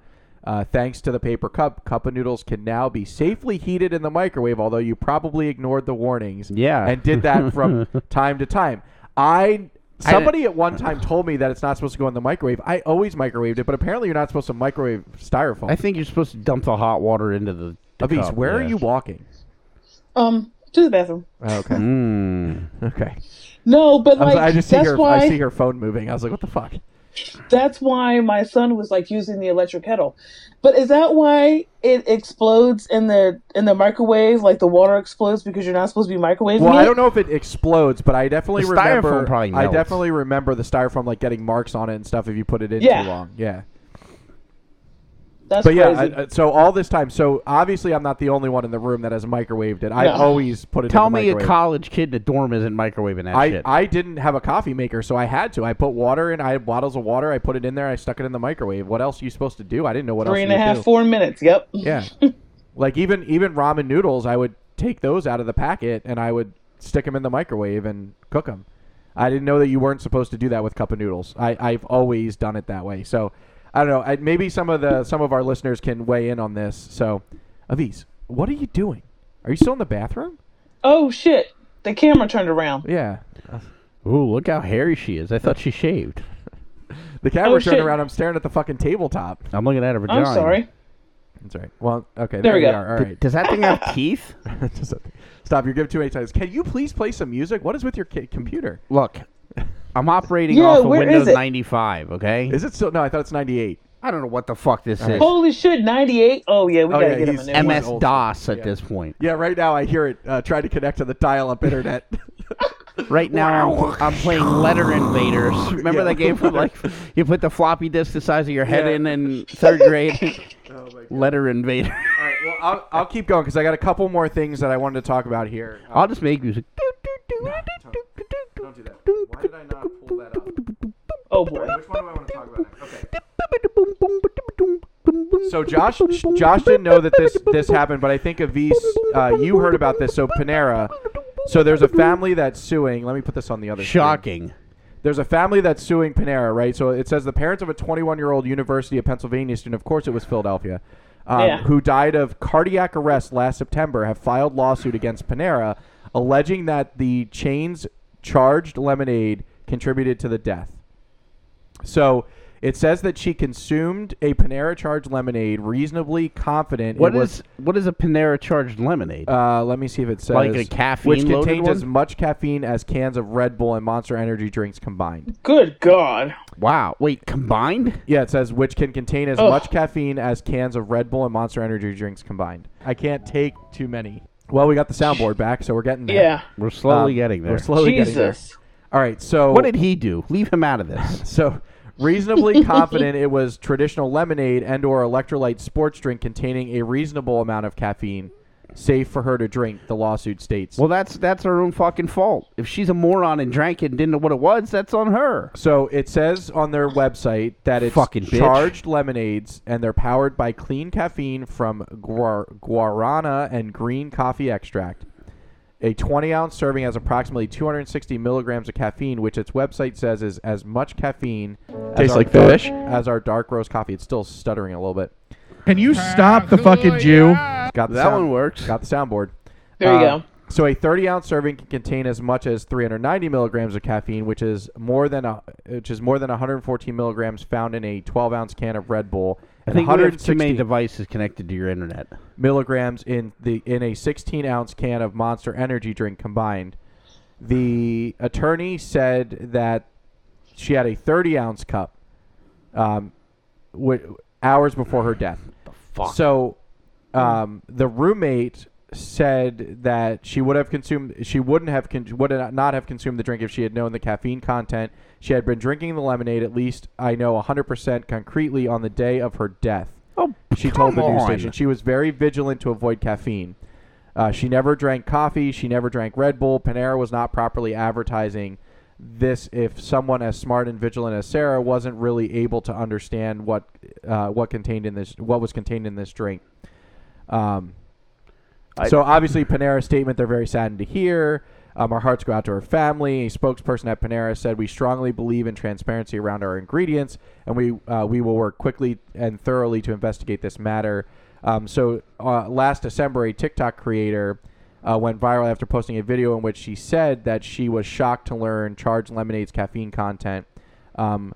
Speaker 6: Uh, thanks to the paper cup, cup of noodles can now be safely heated in the microwave. Although you probably ignored the warnings,
Speaker 4: Yeah.
Speaker 6: and did that from time to time. I somebody at one time told me that it's not supposed to go in the microwave. I always microwaved it, but apparently you're not supposed to microwave styrofoam.
Speaker 4: I think you're supposed to dump the hot water into the. the
Speaker 6: Avis,
Speaker 4: cup,
Speaker 6: where
Speaker 4: yeah.
Speaker 6: are you walking?
Speaker 7: Um, to the bathroom.
Speaker 4: Oh,
Speaker 6: okay,
Speaker 4: Mm.
Speaker 6: okay.
Speaker 7: No, but
Speaker 6: I, was-
Speaker 7: like
Speaker 6: I just see
Speaker 7: that's
Speaker 6: her.
Speaker 7: why
Speaker 6: I see her phone moving. I was like, what the fuck?
Speaker 7: that's why my son was like using the electric kettle. But is that why it explodes in the in the microwave? Like the water explodes because you're not supposed to be microwaving
Speaker 6: Well,
Speaker 7: it.
Speaker 6: I don't know if it explodes, but I definitely
Speaker 4: The styrofoam
Speaker 6: remember.
Speaker 4: probably
Speaker 6: I
Speaker 4: melts.
Speaker 6: definitely remember the styrofoam like getting marks on it and stuff if you put it in
Speaker 7: Yeah.
Speaker 6: too long. Yeah,
Speaker 7: That's
Speaker 6: but yeah.
Speaker 7: crazy.
Speaker 6: I- I- so all this time, so obviously I'm not the only one in the room that has microwaved it. I
Speaker 7: No.
Speaker 6: always put it.
Speaker 4: Tell
Speaker 6: in the
Speaker 4: me a
Speaker 6: microwave.
Speaker 4: college kid in a dorm isn't microwaving that
Speaker 6: I,
Speaker 4: shit.
Speaker 6: I didn't have a coffee maker, so I had to. I put water in. I had bottles of water. I put it in there. I stuck it in the microwave. What else are you supposed to do? I didn't know what
Speaker 7: Three
Speaker 6: else
Speaker 7: and a
Speaker 6: you
Speaker 7: half,
Speaker 6: do.
Speaker 7: four minutes. Yep.
Speaker 6: Yeah, like even even ramen noodles, I would take those out of the packet and I would stick them in the microwave and cook them. I didn't know that you weren't supposed to do that with cup of noodles. I, I've always done it that way. So I don't know. I, maybe some of the some of our listeners can weigh in on this. So, Avis, what are you doing? Are you still in the bathroom?
Speaker 7: Oh shit! The camera turned around.
Speaker 6: Yeah.
Speaker 4: Ooh, look how hairy she is. I thought she shaved.
Speaker 6: The camera
Speaker 7: Oh,
Speaker 6: turned
Speaker 7: shit.
Speaker 6: around. I'm staring at the fucking tabletop.
Speaker 4: I'm looking at her vagina.
Speaker 7: I'm sorry.
Speaker 6: That's right. Well, okay. There,
Speaker 7: There we
Speaker 6: we
Speaker 7: go.
Speaker 6: are. All
Speaker 4: D-
Speaker 6: right.
Speaker 4: Does that thing have teeth?
Speaker 6: Just- Stop. You're giving too many titles. Can you please play some music? What is with your ki- computer?
Speaker 4: Look, I'm operating
Speaker 7: Yeah,
Speaker 4: off of
Speaker 7: where is
Speaker 4: Windows
Speaker 7: it?
Speaker 4: 95. Okay,
Speaker 6: Is it still? No, I thought it's 98.
Speaker 4: I don't know what the fuck this is.
Speaker 7: Holy shit! Ninety-eight. Oh yeah, we
Speaker 6: Oh,
Speaker 7: gotta
Speaker 6: yeah,
Speaker 7: get him
Speaker 6: he's-
Speaker 7: a new
Speaker 6: M-
Speaker 7: one.
Speaker 4: MS
Speaker 6: old.
Speaker 4: DOS at
Speaker 6: Yeah.
Speaker 4: this point.
Speaker 6: Yeah, right now I hear it uh, trying to connect to the dial up internet.
Speaker 4: Right now, I'm, I'm playing Letter Invaders. Remember
Speaker 6: Yeah.
Speaker 4: that game from like you put the floppy disk the size of your head
Speaker 6: Yeah.
Speaker 4: in in third grade? Letter Invader.
Speaker 6: All right, well, I'll, I'll keep going because I got a couple more things that I wanted to talk about here. Uh,
Speaker 4: I'll just make music.
Speaker 6: don't do that. Why did I not pull that up?
Speaker 7: Oh boy.
Speaker 6: Uh, Which one do I want to talk about next? Okay. So Josh, Josh didn't know that this this happened, but I think Avis, uh, you heard about this. So Panera, so there's a family that's suing. Let me put this on the other. screen.
Speaker 4: Shocking.
Speaker 6: There's a family that's suing Panera, right? So it says the parents of a 21 year old University of Pennsylvania student, of course it was Philadelphia, um,
Speaker 7: Yeah.
Speaker 6: who died of cardiac arrest last September, have filed lawsuit against Panera, alleging that the chain's charged lemonade contributed to the death. So it says that she consumed a Panera charged lemonade, reasonably confident.
Speaker 4: What
Speaker 6: it was,
Speaker 4: is what is a Panera charged lemonade?
Speaker 6: uh, let me see if it says
Speaker 4: Like a caffeine
Speaker 6: which
Speaker 4: loaded
Speaker 6: contains as
Speaker 4: one?
Speaker 6: much caffeine as cans of Red Bull and Monster Energy drinks combined.
Speaker 7: Good God.
Speaker 4: wow. Wait, combined?
Speaker 6: Yeah, it says which can contain as
Speaker 7: Ugh.
Speaker 6: much caffeine as cans of Red Bull and Monster Energy drinks combined. I can't take too many. Well, we got the soundboard back, so we're getting there.
Speaker 7: Yeah.
Speaker 4: Uh, We're slowly
Speaker 6: Um,
Speaker 4: getting there.
Speaker 6: We're slowly getting there.
Speaker 7: Jesus.
Speaker 6: All right, so
Speaker 4: What did he do? Leave him out of this.
Speaker 6: so reasonably confident it was traditional lemonade and or electrolyte sports drink containing a reasonable amount of caffeine, safe for her to drink. The lawsuit states.
Speaker 4: Well, that's that's her own fucking fault. If she's a moron and drank it and didn't know what it was, that's on her.
Speaker 6: So it says on their website that it's
Speaker 4: Fucking bitch.
Speaker 6: charged lemonades and they're powered by clean caffeine from guar- guarana and green coffee extract. A 20 ounce serving has approximately 260 milligrams of caffeine, which its website says is as much caffeine as
Speaker 2: Tastes
Speaker 6: our
Speaker 2: like
Speaker 6: dark-
Speaker 2: fish.
Speaker 6: as our dark roast coffee. It's still stuttering a little bit.
Speaker 1: Can you stop the fucking Jew?
Speaker 6: Got the
Speaker 4: That
Speaker 6: sound-
Speaker 4: one works.
Speaker 6: Got the soundboard.
Speaker 7: There you
Speaker 6: Uh,
Speaker 7: go.
Speaker 6: So a 30 ounce serving can contain as much as 390 milligrams of caffeine, which is more than a, which is more than 114 milligrams found in a 12 ounce can of Red Bull,
Speaker 4: I
Speaker 6: and
Speaker 4: think we have too many
Speaker 6: 160
Speaker 4: devices connected to your internet.
Speaker 6: milligrams in the in a 16 ounce can of Monster Energy drink combined. The attorney said that she had a 30 ounce cup um, w- hours before her death.
Speaker 3: Fuck.
Speaker 6: So, um, the roommate said that she would have consumed, she wouldn't have, con- would not have consumed the drink if she had known the caffeine content. She had been drinking the lemonade at least, I know, 100% concretely on the day of her death.
Speaker 4: Oh,
Speaker 6: She told
Speaker 4: come
Speaker 6: the news
Speaker 4: on.
Speaker 6: station she was very vigilant to avoid caffeine. Uh, she never drank coffee. She never drank Red Bull. Panera was not properly advertising this. If someone as smart and vigilant as Sarah wasn't really able to understand what uh, what contained in this, what was contained in this drink. Um,
Speaker 4: I-
Speaker 6: so obviously, Panera's statement they're very saddened to hear. Um, our hearts go out to her family. A spokesperson at Panera said, "We strongly believe in transparency around our ingredients, and we uh, we will work quickly and thoroughly to investigate this matter." Um, so uh, last December, a TikTok creator uh, went viral after posting a video in which she said that she was shocked to learn charged lemonade's caffeine content. Um,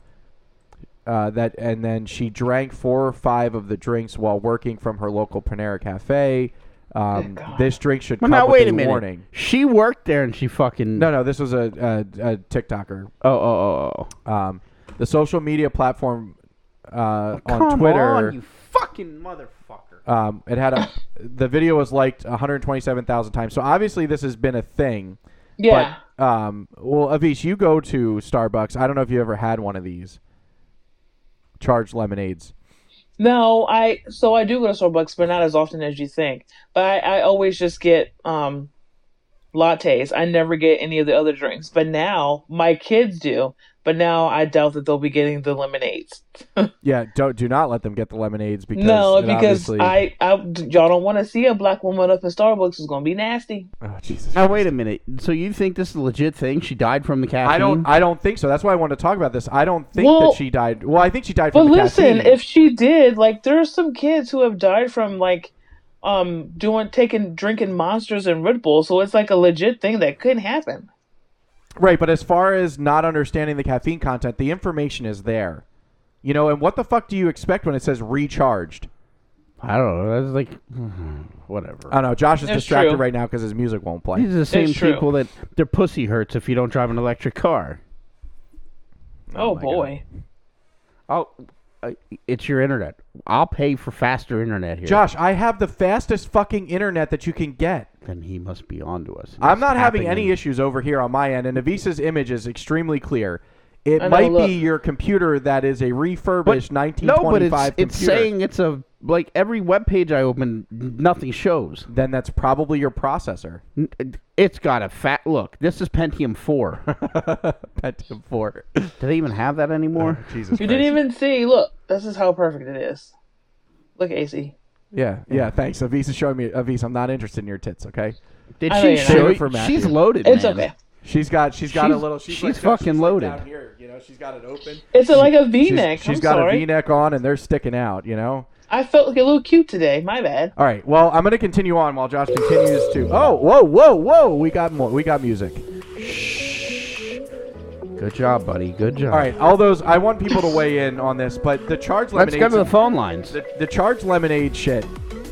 Speaker 6: uh, that and then she drank four or five of the drinks while working from her local Panera cafe. Um, this drink should
Speaker 4: Well,
Speaker 6: come
Speaker 4: now
Speaker 6: with
Speaker 4: wait
Speaker 6: a
Speaker 4: a minute.
Speaker 6: warning.
Speaker 4: She worked there and she fucking.
Speaker 6: No, no, this was a, a, a TikToker.
Speaker 4: Oh, oh, oh, oh.
Speaker 6: Um, the social media platform uh, on
Speaker 4: Come
Speaker 6: Twitter.
Speaker 4: on, you fucking motherfucker.
Speaker 6: Um, it had a the video was liked 127,000 times. So obviously this has been a thing.
Speaker 7: Yeah.
Speaker 6: But, um, well, Avish, you go to Starbucks. I don't know if you ever had one of these charged lemonades.
Speaker 7: No, I so I do go to Starbucks, but not as often as you think. But I, I always just get um lattes. I never get any of the other drinks. But now my kids do. But now I doubt that they'll be getting the lemonades.
Speaker 6: Yeah, don't do not let them get the lemonades because
Speaker 7: no,
Speaker 6: it
Speaker 7: because
Speaker 6: obviously-
Speaker 7: I, I y'all don't want to see a black woman up in Starbucks. It's gonna be nasty.
Speaker 6: Oh, Jesus.
Speaker 4: Now wait a minute. So you think this is a legit thing? She died from the caffeine.
Speaker 6: I don't. I don't think so. That's why I want to talk about this. I don't think
Speaker 7: Hmm? Well-
Speaker 6: that she died. Well, I think she died
Speaker 7: But
Speaker 6: from the
Speaker 7: listen,
Speaker 6: caffeine.
Speaker 7: if she did, like there are some kids who have died from like um doing taking drinking monsters and Red Bull, so it's like a legit thing that could happen.
Speaker 6: Right, but as far as not understanding the caffeine content, the information is there. You know, and what the fuck do you expect when it says recharged?
Speaker 4: I don't know. That's like, whatever.
Speaker 6: I don't know. Josh is
Speaker 7: That's
Speaker 6: distracted
Speaker 7: true.
Speaker 6: right now because his music won't play.
Speaker 4: These are the same
Speaker 7: true.
Speaker 4: people that their pussy hurts if you don't drive an electric car.
Speaker 7: Oh, boy.
Speaker 4: Oh, uh, it's your internet. I'll pay for faster internet here.
Speaker 6: Josh, I have the fastest fucking internet that you can get.
Speaker 4: Then he must be onto us.
Speaker 6: I'm not having any
Speaker 4: issue.
Speaker 6: issues over here on my end, and Avisa's image is extremely clear. It
Speaker 7: know,
Speaker 6: might
Speaker 7: look.
Speaker 6: be your computer that is a refurbished
Speaker 4: No, but
Speaker 6: 1925
Speaker 4: it's,
Speaker 6: computer.
Speaker 4: it's saying it's a like every web page I open, nothing shows.
Speaker 6: then that's probably your processor.
Speaker 4: N- uh, It's got a fat look. This is Pentium four.
Speaker 6: Pentium 4.
Speaker 4: Do they even have that anymore?
Speaker 6: Jesus
Speaker 7: You
Speaker 6: Christ.
Speaker 7: didn't even see. Look, this is how perfect it is. Look, AC.
Speaker 6: Yeah, yeah, thanks. Avisa's showing me. Avisa, I'm not interested in your tits, okay?
Speaker 4: Did
Speaker 7: I
Speaker 4: she
Speaker 7: don't
Speaker 4: show
Speaker 6: know.
Speaker 4: you?
Speaker 6: For Matthew.
Speaker 4: She's loaded.
Speaker 7: It's
Speaker 4: man.
Speaker 7: okay.
Speaker 6: She's got she's got a
Speaker 4: She's-
Speaker 6: little she's,
Speaker 4: she's
Speaker 6: like-
Speaker 4: fucking
Speaker 6: like
Speaker 4: loaded.
Speaker 6: down here, you know, she's got it open.
Speaker 7: It's a, like a V-neck.
Speaker 6: She's-
Speaker 7: I'm
Speaker 6: she's got
Speaker 7: sorry.
Speaker 6: a V-neck on and they're sticking out, you know.
Speaker 7: I felt like a little cute today. My bad.
Speaker 6: All right. Well, I'm going to continue on while Josh continues to Oh, whoa, whoa, whoa. We got more. We got music.
Speaker 4: Good job, buddy. Good job.
Speaker 6: All right. All those I want people to weigh in on this, but the charge
Speaker 4: let's
Speaker 6: lemonade
Speaker 4: go to the phone lines.
Speaker 6: the, the charged lemonade shit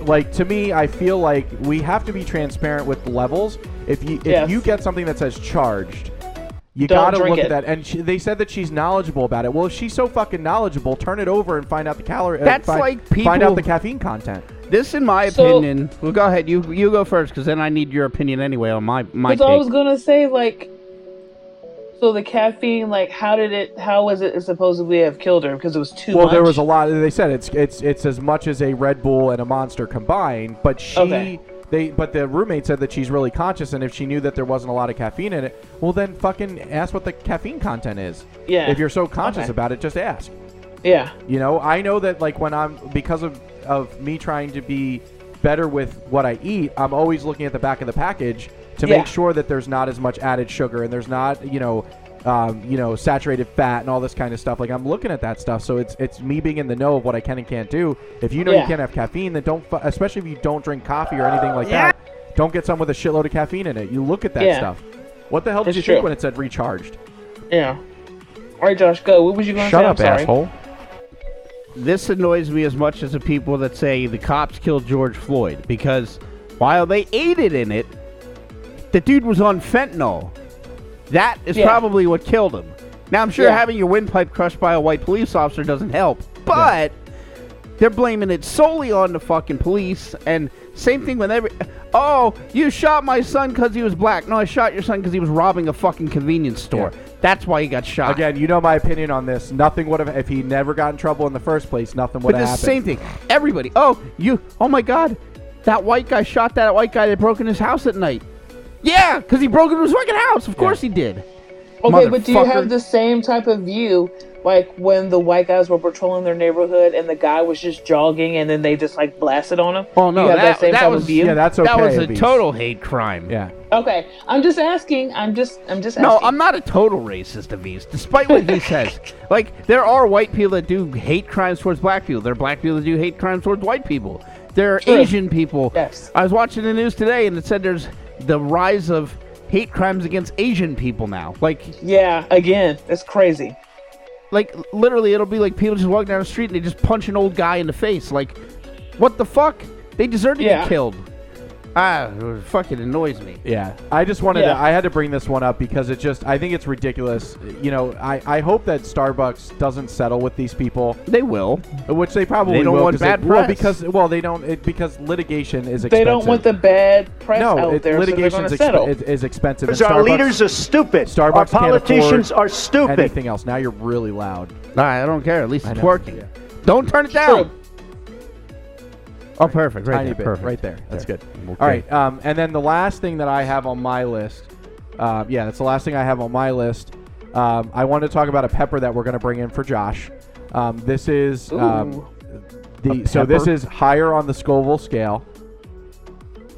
Speaker 6: like to me i feel like we have to be transparent with levels if you if
Speaker 7: Yes.
Speaker 6: you get something that says charged you
Speaker 7: Don't
Speaker 6: gotta
Speaker 7: drink
Speaker 6: look
Speaker 7: it.
Speaker 6: at that and she, they said that she's knowledgeable about it well if she's so fucking knowledgeable turn it over and find out the calorie uh,
Speaker 4: That's
Speaker 6: find,
Speaker 4: like
Speaker 6: find
Speaker 4: people-
Speaker 6: out the caffeine content
Speaker 4: This, in my
Speaker 7: So-
Speaker 4: opinion, well, go ahead. You you go first, because then I need your opinion anyway on my my
Speaker 7: Because
Speaker 4: take.
Speaker 7: I was gonna say like, so the caffeine, like, how did it? How was it supposedly have killed her? Because it was too.
Speaker 6: well there
Speaker 7: much?
Speaker 6: was a lot they said it's it's it's as much as a red bull and a monster combined but she
Speaker 7: Okay.
Speaker 6: They, but the roommate said that she's really conscious, and if she knew that there wasn't a lot of caffeine in it, well, then fucking ask what the caffeine content is.
Speaker 7: Yeah.
Speaker 6: If you're so conscious
Speaker 7: Okay.
Speaker 6: about it, just ask.
Speaker 7: Yeah.
Speaker 6: You know, I know that like when I'm because of of me trying to be better with what I eat, I'm always looking at the back of the package to
Speaker 7: Yeah.
Speaker 6: make sure that there's not as much added sugar and there's not you know. Um, you know, saturated fat and all this kind of stuff. Like I'm looking at that stuff, so it's it's me being in the know of what I can and can't do. If you know
Speaker 7: Yeah.
Speaker 6: you can't have caffeine, then don't. Fu- especially if you don't drink coffee or anything like that, don't get some with a shitload of caffeine in it. You look at that
Speaker 7: Yeah.
Speaker 6: stuff. What the hell did
Speaker 7: It's
Speaker 6: you
Speaker 7: true.
Speaker 6: think when it said recharged?
Speaker 7: Yeah. All right, Josh, go. What was you gonna
Speaker 6: Shut
Speaker 7: say?
Speaker 6: up,
Speaker 7: I'm sorry.
Speaker 6: asshole.
Speaker 4: this annoys me as much as the people that say the cops killed George Floyd because while they aided in it, the dude was on fentanyl. That is
Speaker 7: Yeah.
Speaker 4: probably what killed him. Now, I'm sure
Speaker 7: Yeah.
Speaker 4: having your windpipe crushed by a white police officer doesn't help, but they're blaming it solely on the fucking police. And same thing with every. Oh, you shot my son because he was black. No, I shot your son because he was robbing a fucking convenience store.
Speaker 6: Yeah.
Speaker 4: That's why he got shot.
Speaker 6: Again, you know my opinion on this. Nothing would have if he never got in trouble in the first place. Nothing would
Speaker 4: But
Speaker 6: have
Speaker 4: the
Speaker 6: happened.
Speaker 4: same thing. Everybody. Oh, you. Oh my God, that white guy shot that white guy that broke in his house at night. Yeah, because he broke into his fucking house. Of course he did.
Speaker 7: Okay, but do you have
Speaker 4: Motherfucker.
Speaker 7: the same type of view like when the white guys were patrolling their neighborhood and the guy was just jogging and then they just like blasted on him?
Speaker 4: Oh no,
Speaker 7: you have that, same type
Speaker 4: was
Speaker 7: of view.
Speaker 6: yeah, that's okay.
Speaker 4: that was a
Speaker 6: at least.
Speaker 4: total hate crime.
Speaker 6: Yeah.
Speaker 7: okay, I'm just asking. I'm just, I'm just.
Speaker 4: No,
Speaker 7: asking.
Speaker 4: I'm not a total racist, Aviz, despite what he says. Like, there are white people that do hate crimes towards black people. There are black people that do hate crimes towards white people. There are
Speaker 7: True.
Speaker 4: Asian people.
Speaker 7: Yes.
Speaker 4: I was watching the news today and it said there's the rise of hate crimes against Asian people now. Like,
Speaker 7: Yeah, again, it's crazy.
Speaker 4: like literally, it'll be like people just walking down the street and they just punch an old guy in the face. Like, what the fuck? They deserve to
Speaker 7: Yeah.
Speaker 4: get killed. Ah, it fucking annoys me.
Speaker 6: Yeah, I just wanted to.
Speaker 7: Yeah.
Speaker 6: I had to bring this one up because it just. I think it's ridiculous. You know, I, I hope that Starbucks doesn't settle with these people,
Speaker 4: They will.
Speaker 6: which they probably
Speaker 4: They don't
Speaker 6: will,
Speaker 4: want
Speaker 6: 'cause they-
Speaker 4: bad
Speaker 6: well,
Speaker 4: press.
Speaker 6: because well they don't it, because litigation is expensive.
Speaker 7: They don't want the bad press
Speaker 6: no
Speaker 7: out
Speaker 6: it,
Speaker 7: there, so
Speaker 6: litigation
Speaker 7: they're
Speaker 6: is,
Speaker 7: gonna settle.
Speaker 6: is expensive. and
Speaker 8: Because our
Speaker 6: Starbucks-
Speaker 8: leaders are stupid.
Speaker 6: Starbucks
Speaker 8: our
Speaker 6: can't
Speaker 8: politicians
Speaker 6: afford
Speaker 8: are stupid.
Speaker 6: anything else. Now you're really loud.
Speaker 4: All right, I don't care. At least it's
Speaker 6: know.
Speaker 4: working. Don't turn it down.
Speaker 7: True.
Speaker 4: Oh, perfect. Right
Speaker 6: Tiny
Speaker 4: there.
Speaker 6: bit,
Speaker 4: perfect.
Speaker 6: right there. That's
Speaker 4: There.
Speaker 6: good.
Speaker 4: Okay.
Speaker 6: All right, um, and then the last thing that I have on my list, uh, yeah, that's the last thing I have on my list. Um, I want to talk about a pepper that we're going to bring in for Josh. Um, this is um, the so this
Speaker 4: pepper?
Speaker 6: is higher on the Scoville scale.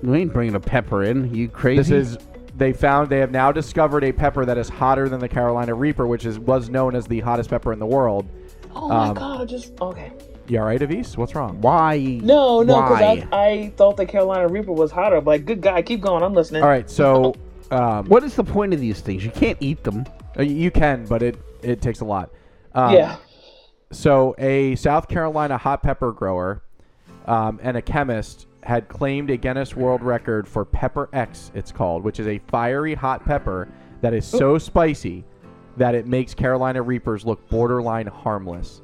Speaker 4: We ain't bringing a pepper in. You crazy?
Speaker 6: This is they found they have now discovered a pepper that is hotter than the Carolina Reaper, which is was known as the hottest pepper in the world.
Speaker 7: Oh my
Speaker 6: Um,
Speaker 7: god! I Just okay.
Speaker 6: You all right, Avis? What's wrong?
Speaker 4: why.
Speaker 7: No, no, because
Speaker 4: Why?
Speaker 7: I, I thought the Carolina Reaper was hotter. But like, good guy, keep going. I'm listening.
Speaker 6: All right, so um,
Speaker 4: What is the point of these things? You can't eat them.
Speaker 6: uh, you can, but it it takes a lot. Um,
Speaker 7: yeah.
Speaker 6: So, a South Carolina hot pepper grower um, and a chemist had claimed a Guinness World Record for Pepper X, it's called, which is a fiery hot pepper that is so spicy that it makes Carolina Reapers look borderline harmless.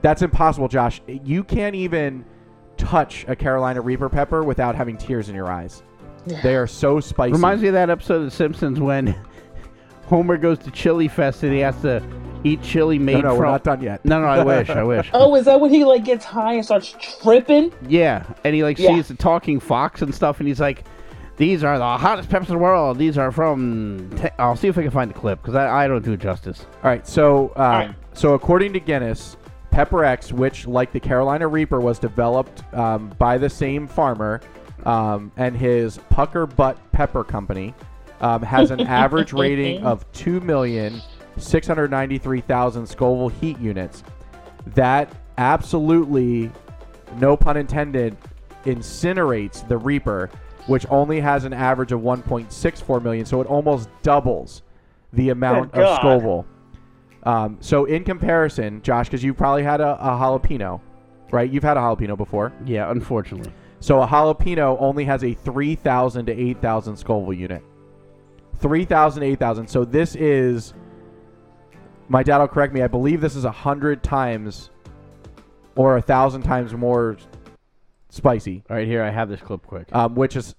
Speaker 6: That's impossible, Josh. You can't even touch a Carolina Reaper pepper without having tears in your eyes. They are so spicy.
Speaker 4: Reminds me of that episode of The Simpsons when Homer goes to Chili Fest and he has to eat chili made
Speaker 6: no, no,
Speaker 4: from.
Speaker 6: we're not done yet.
Speaker 4: No, no, I wish, I wish.
Speaker 7: Oh, is that when he like gets high and starts tripping?
Speaker 4: Yeah, and he like
Speaker 7: Yeah.
Speaker 4: sees the talking fox and stuff, and he's like, "These are the hottest peppers in the world. These are from." Te- I'll see if I can find the clip because I, I don't do it justice.
Speaker 6: All right, so um,
Speaker 7: right.
Speaker 6: so according to Guinness, Pepper X, which like the Carolina Reaper, was developed um, by the same farmer um, and his Pucker Butt Pepper Company, um, has an average rating of two million six hundred ninety-three thousand Scoville heat units. That absolutely, no pun intended, incinerates the Reaper, which only has an average of one point six four million. So it almost doubles the amount
Speaker 7: Good
Speaker 6: of
Speaker 7: God.
Speaker 6: Scoville. Um, so in comparison, Josh, because you probably had a, a jalapeno, right? You've had a jalapeno before.
Speaker 4: Yeah, unfortunately.
Speaker 6: So a jalapeno only has a 3,000 to 8,000 Scoville unit. 3,000 to 8,000. So this is, my dad will correct me, I believe this is 100 times or a 1,000 times more spicy,
Speaker 4: All right, here I have this clip quick.
Speaker 6: um, which is,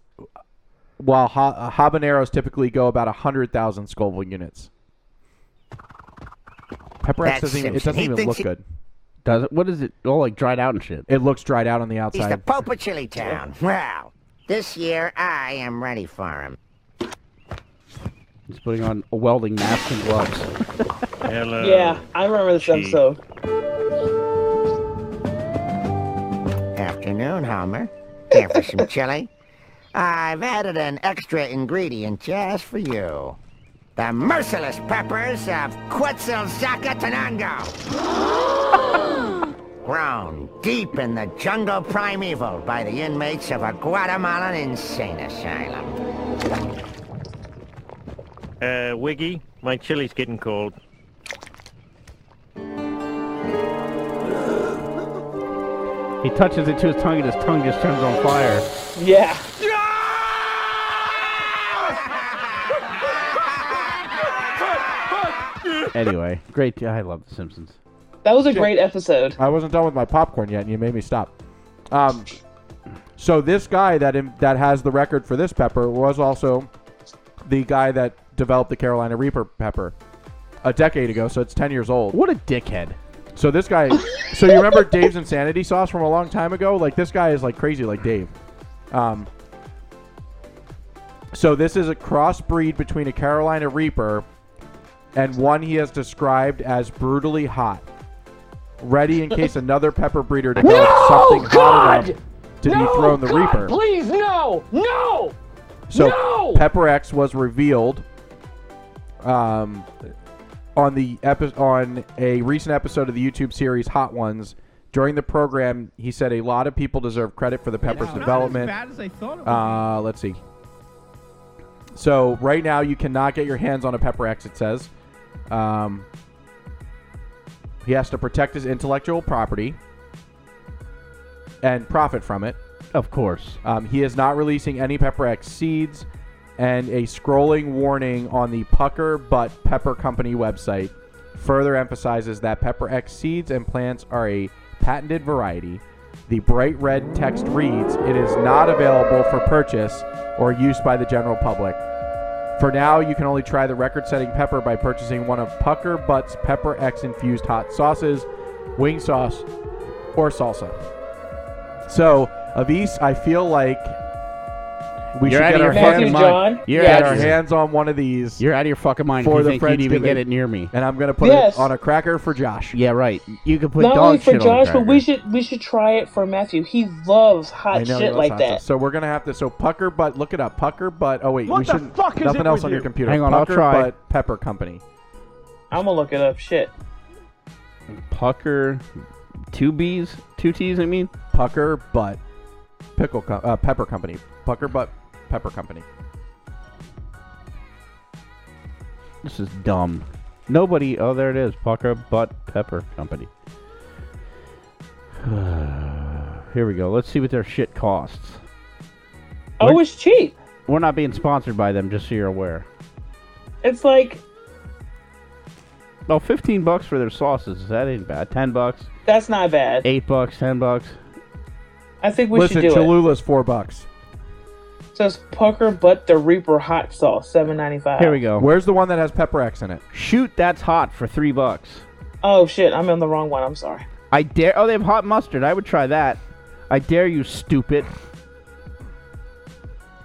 Speaker 6: while ha- habaneros typically go about 100,000 Scoville units. Pepper X doesn't even, it doesn't even look good.
Speaker 4: Does it? What is it? All like dried out and shit.
Speaker 6: It looks dried out on the
Speaker 9: He's the
Speaker 6: outside.
Speaker 9: Pope of Chili Town. Wow. This year, I am ready for him.
Speaker 4: He's putting on a welding mask and gloves.
Speaker 7: yeah, I remember this episode.
Speaker 9: Afternoon, Homer. Care for some chili? I've added an extra ingredient just for you. The merciless peppers of Quetzalcoatlanango. Grown deep in the jungle primeval by the inmates of a Guatemalan insane asylum.
Speaker 10: Uh, Wiggy, my chili's getting cold.
Speaker 4: He touches it to his tongue and his tongue just turns on fire.
Speaker 7: Yeah.
Speaker 4: Anyway, great. I love The Simpsons.
Speaker 7: That was a great episode.
Speaker 6: I wasn't done with my popcorn yet, and you made me stop. Um, so this guy that that has the record for this pepper was also the guy that developed the Carolina Reaper pepper a decade ago. So it's ten years old.
Speaker 4: What a dickhead.
Speaker 6: So this guy, so you remember Dave's insanity sauce from a long time ago? Like this guy is like crazy, like Dave. Um, so this is a crossbreed between a Carolina Reaper and one he has described as brutally hot, ready in case another pepper breeder develops something hot enough to dethrone the Reaper.
Speaker 2: Please, no! No!
Speaker 6: So
Speaker 2: No!
Speaker 6: Pepper X was revealed um, on the epi- on a recent episode of the YouTube series Hot Ones. During the program, he said a lot of people deserve credit for the Pepper's development.
Speaker 1: Not as bad as I thought it was.
Speaker 6: Uh, let's see. So right now you cannot get your hands on a Pepper X. It says, um, he has to protect his intellectual property and profit from it.
Speaker 4: Of course.
Speaker 6: Um, he is not releasing any Pepper X seeds, and a scrolling warning on the Pucker Butt Pepper Company website further emphasizes that Pepper X seeds and plants are a patented variety. The bright red text reads, "It is not available for purchase or use by the general public." For now, you can only try the record-setting pepper by purchasing one of Pucker Butt's Pepper X infused hot sauces, wing sauce, or salsa. So, Avis, I feel like we
Speaker 4: You're
Speaker 6: should
Speaker 4: out
Speaker 6: get our,
Speaker 4: of your
Speaker 7: Matthew
Speaker 6: hands,
Speaker 4: fucking mind.
Speaker 7: John.
Speaker 4: You're
Speaker 6: get
Speaker 4: out
Speaker 6: our
Speaker 4: of your,
Speaker 6: hands on one of these,
Speaker 4: you're out of your fucking mind.
Speaker 6: For
Speaker 4: if
Speaker 6: the
Speaker 4: you think you'd even
Speaker 6: Friendsgiving.
Speaker 4: get it near me.
Speaker 6: and I'm gonna put
Speaker 7: Yes.
Speaker 6: it on a cracker for Josh.
Speaker 4: Yeah, right. You could put
Speaker 7: Not
Speaker 4: dog
Speaker 7: only for
Speaker 4: shit
Speaker 7: Josh,
Speaker 4: on
Speaker 7: but we should we should try it for Matthew. He loves hot
Speaker 6: I know he
Speaker 7: shit
Speaker 6: loves
Speaker 7: like
Speaker 6: hot
Speaker 7: that.
Speaker 6: sauce. So we're gonna have to. So Pucker Butt, look it up. Pucker Butt. Oh wait,
Speaker 10: What
Speaker 6: we
Speaker 10: the
Speaker 6: shouldn't.
Speaker 10: fuck is
Speaker 6: nothing
Speaker 10: it
Speaker 6: else
Speaker 10: with
Speaker 6: on your
Speaker 10: you?
Speaker 6: computer.
Speaker 4: Hang on, I'll
Speaker 6: Pucker
Speaker 4: try.
Speaker 6: Butt Pepper Company.
Speaker 7: I'm gonna look it up. Shit.
Speaker 4: Pucker, two B's, two T's. I mean,
Speaker 6: Pucker Butt Pickle Co- uh, Pepper Company. Pucker Butt Pepper Company.
Speaker 4: this is dumb. Nobody. Oh, there it is. Pucker Butt Pepper Company. Here we go. Let's see what their shit costs.
Speaker 7: Oh, it's cheap.
Speaker 4: We're not being sponsored by them, just so you're aware.
Speaker 7: It's like
Speaker 4: Oh, 15 bucks for their sauces. That ain't bad. 10 bucks,
Speaker 7: that's not bad.
Speaker 4: 8 bucks, 10 bucks.
Speaker 7: I think we
Speaker 6: Listen,
Speaker 7: should do
Speaker 6: Cholula's four bucks.
Speaker 7: it. So it's Pucker Butt the Reaper hot sauce, seven ninety five.
Speaker 4: Here we go.
Speaker 6: Where's the one that has Pepper X in it?
Speaker 4: Shoot, that's hot for 3 bucks.
Speaker 7: Oh shit, I'm on the wrong one. I'm sorry.
Speaker 4: I dare. Oh, they have hot mustard. I would try that. I dare you, stupid.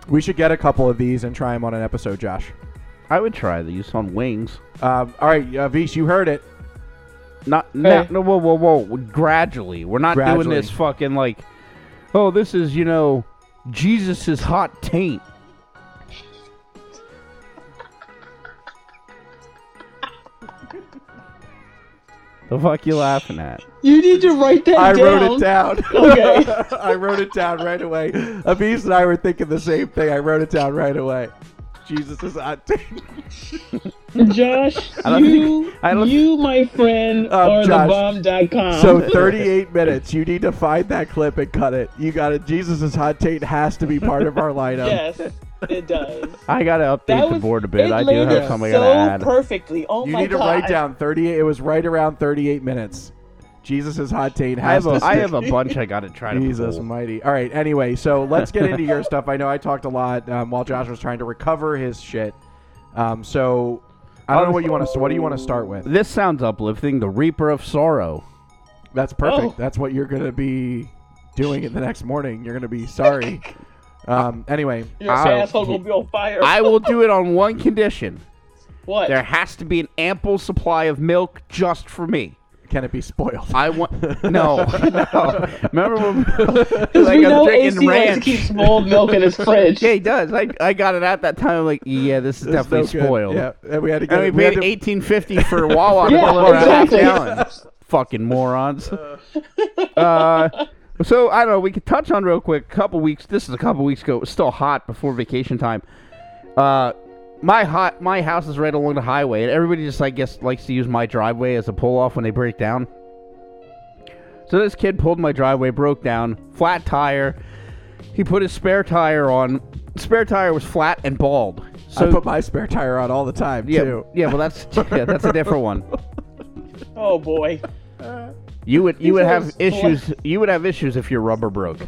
Speaker 6: We should get a couple of these and try them on an episode, Josh.
Speaker 4: I would try these on wings.
Speaker 6: Um, all right, uh, Vish, you heard it.
Speaker 4: Not,
Speaker 7: Hey.
Speaker 4: not no, whoa, whoa, whoa. Gradually, we're not doing
Speaker 6: Gradually.
Speaker 4: this fucking like. Oh, this is you know, Jesus's hot taint. the fuck you laughing at?
Speaker 7: You need to write that
Speaker 6: I
Speaker 7: down.
Speaker 6: wrote it down.
Speaker 7: Okay.
Speaker 6: I wrote it down right away. Avis and I were thinking the same thing. I wrote it down right away. Jesus is hot.
Speaker 7: Josh,
Speaker 4: don't
Speaker 7: you,
Speaker 4: I don't- Uh,
Speaker 7: you, my friend,
Speaker 6: Um,
Speaker 7: are
Speaker 6: Josh.
Speaker 7: the bomb.com.
Speaker 6: so 38 minutes. You need to find that clip and cut it. You got it. Jesus is hot. Tate has to be part of our lineup.
Speaker 7: yes, it does.
Speaker 4: I gotta update
Speaker 7: That
Speaker 4: the
Speaker 7: was
Speaker 4: board a bit.
Speaker 7: It
Speaker 4: I do
Speaker 7: landed
Speaker 4: have something
Speaker 7: so
Speaker 4: I gotta add.
Speaker 7: perfectly. Oh
Speaker 6: You
Speaker 7: my
Speaker 6: need to
Speaker 7: god!
Speaker 6: write down 38. It was right around 38 minutes. Jesus is hot. Tate
Speaker 4: I
Speaker 6: has
Speaker 4: have,
Speaker 6: to.
Speaker 4: a, I
Speaker 6: stick.
Speaker 4: have a bunch I gotta try to
Speaker 6: Jesus
Speaker 4: pull.
Speaker 6: mighty. All right. Anyway, so let's get into your stuff. I know I talked a lot um, while Josh was trying to recover his shit. Um, so I don't know what you want to. What do you want to start with?
Speaker 4: This sounds uplifting. The Reaper of Sorrow.
Speaker 6: That's perfect.
Speaker 7: Oh.
Speaker 6: That's what you're gonna be doing it the next morning. You're gonna be sorry. um, anyway,
Speaker 7: Your
Speaker 4: I-
Speaker 7: asshole will be on fire.
Speaker 4: I will do it on one condition.
Speaker 7: what?
Speaker 4: There has to be an ample supply of milk just for me.
Speaker 6: can it be spoiled?
Speaker 4: I want no, no. Remember when
Speaker 7: Because
Speaker 4: like
Speaker 7: we
Speaker 4: I'm
Speaker 7: know AC
Speaker 4: drinking
Speaker 7: likes to
Speaker 4: ranch?
Speaker 7: keep spoiled milk in his fridge.
Speaker 4: Yeah, he does. I, I got it at that time. I'm like, yeah, this is
Speaker 6: It's
Speaker 4: definitely
Speaker 6: no good.
Speaker 4: spoiled.
Speaker 6: Yeah, and we had to get.
Speaker 4: And we
Speaker 6: we had
Speaker 4: paid
Speaker 6: to-
Speaker 4: eighteen fifty for Wawa to
Speaker 7: Yeah,
Speaker 4: deliver a half
Speaker 7: exactly.
Speaker 4: gallon. Fucking morons. Uh, so I don't know. We could touch on real quick. A couple weeks. This is a couple weeks ago. It was still hot before vacation time. Uh, my hot my house is right along the highway, and everybody just I guess likes to use my driveway as a pull off when they break down. So this kid pulled my driveway, broke down, flat tire. He put his spare tire on. Spare tire was flat and bald.
Speaker 6: I
Speaker 4: So-
Speaker 6: put my spare tire on all the time
Speaker 4: Yeah,
Speaker 6: too.
Speaker 4: yeah. Well, that's yeah, that's a different one.
Speaker 7: Oh boy.
Speaker 4: You would you
Speaker 7: These
Speaker 4: would
Speaker 7: are
Speaker 4: have
Speaker 7: sl-
Speaker 4: issues. You would have issues if your rubber broke.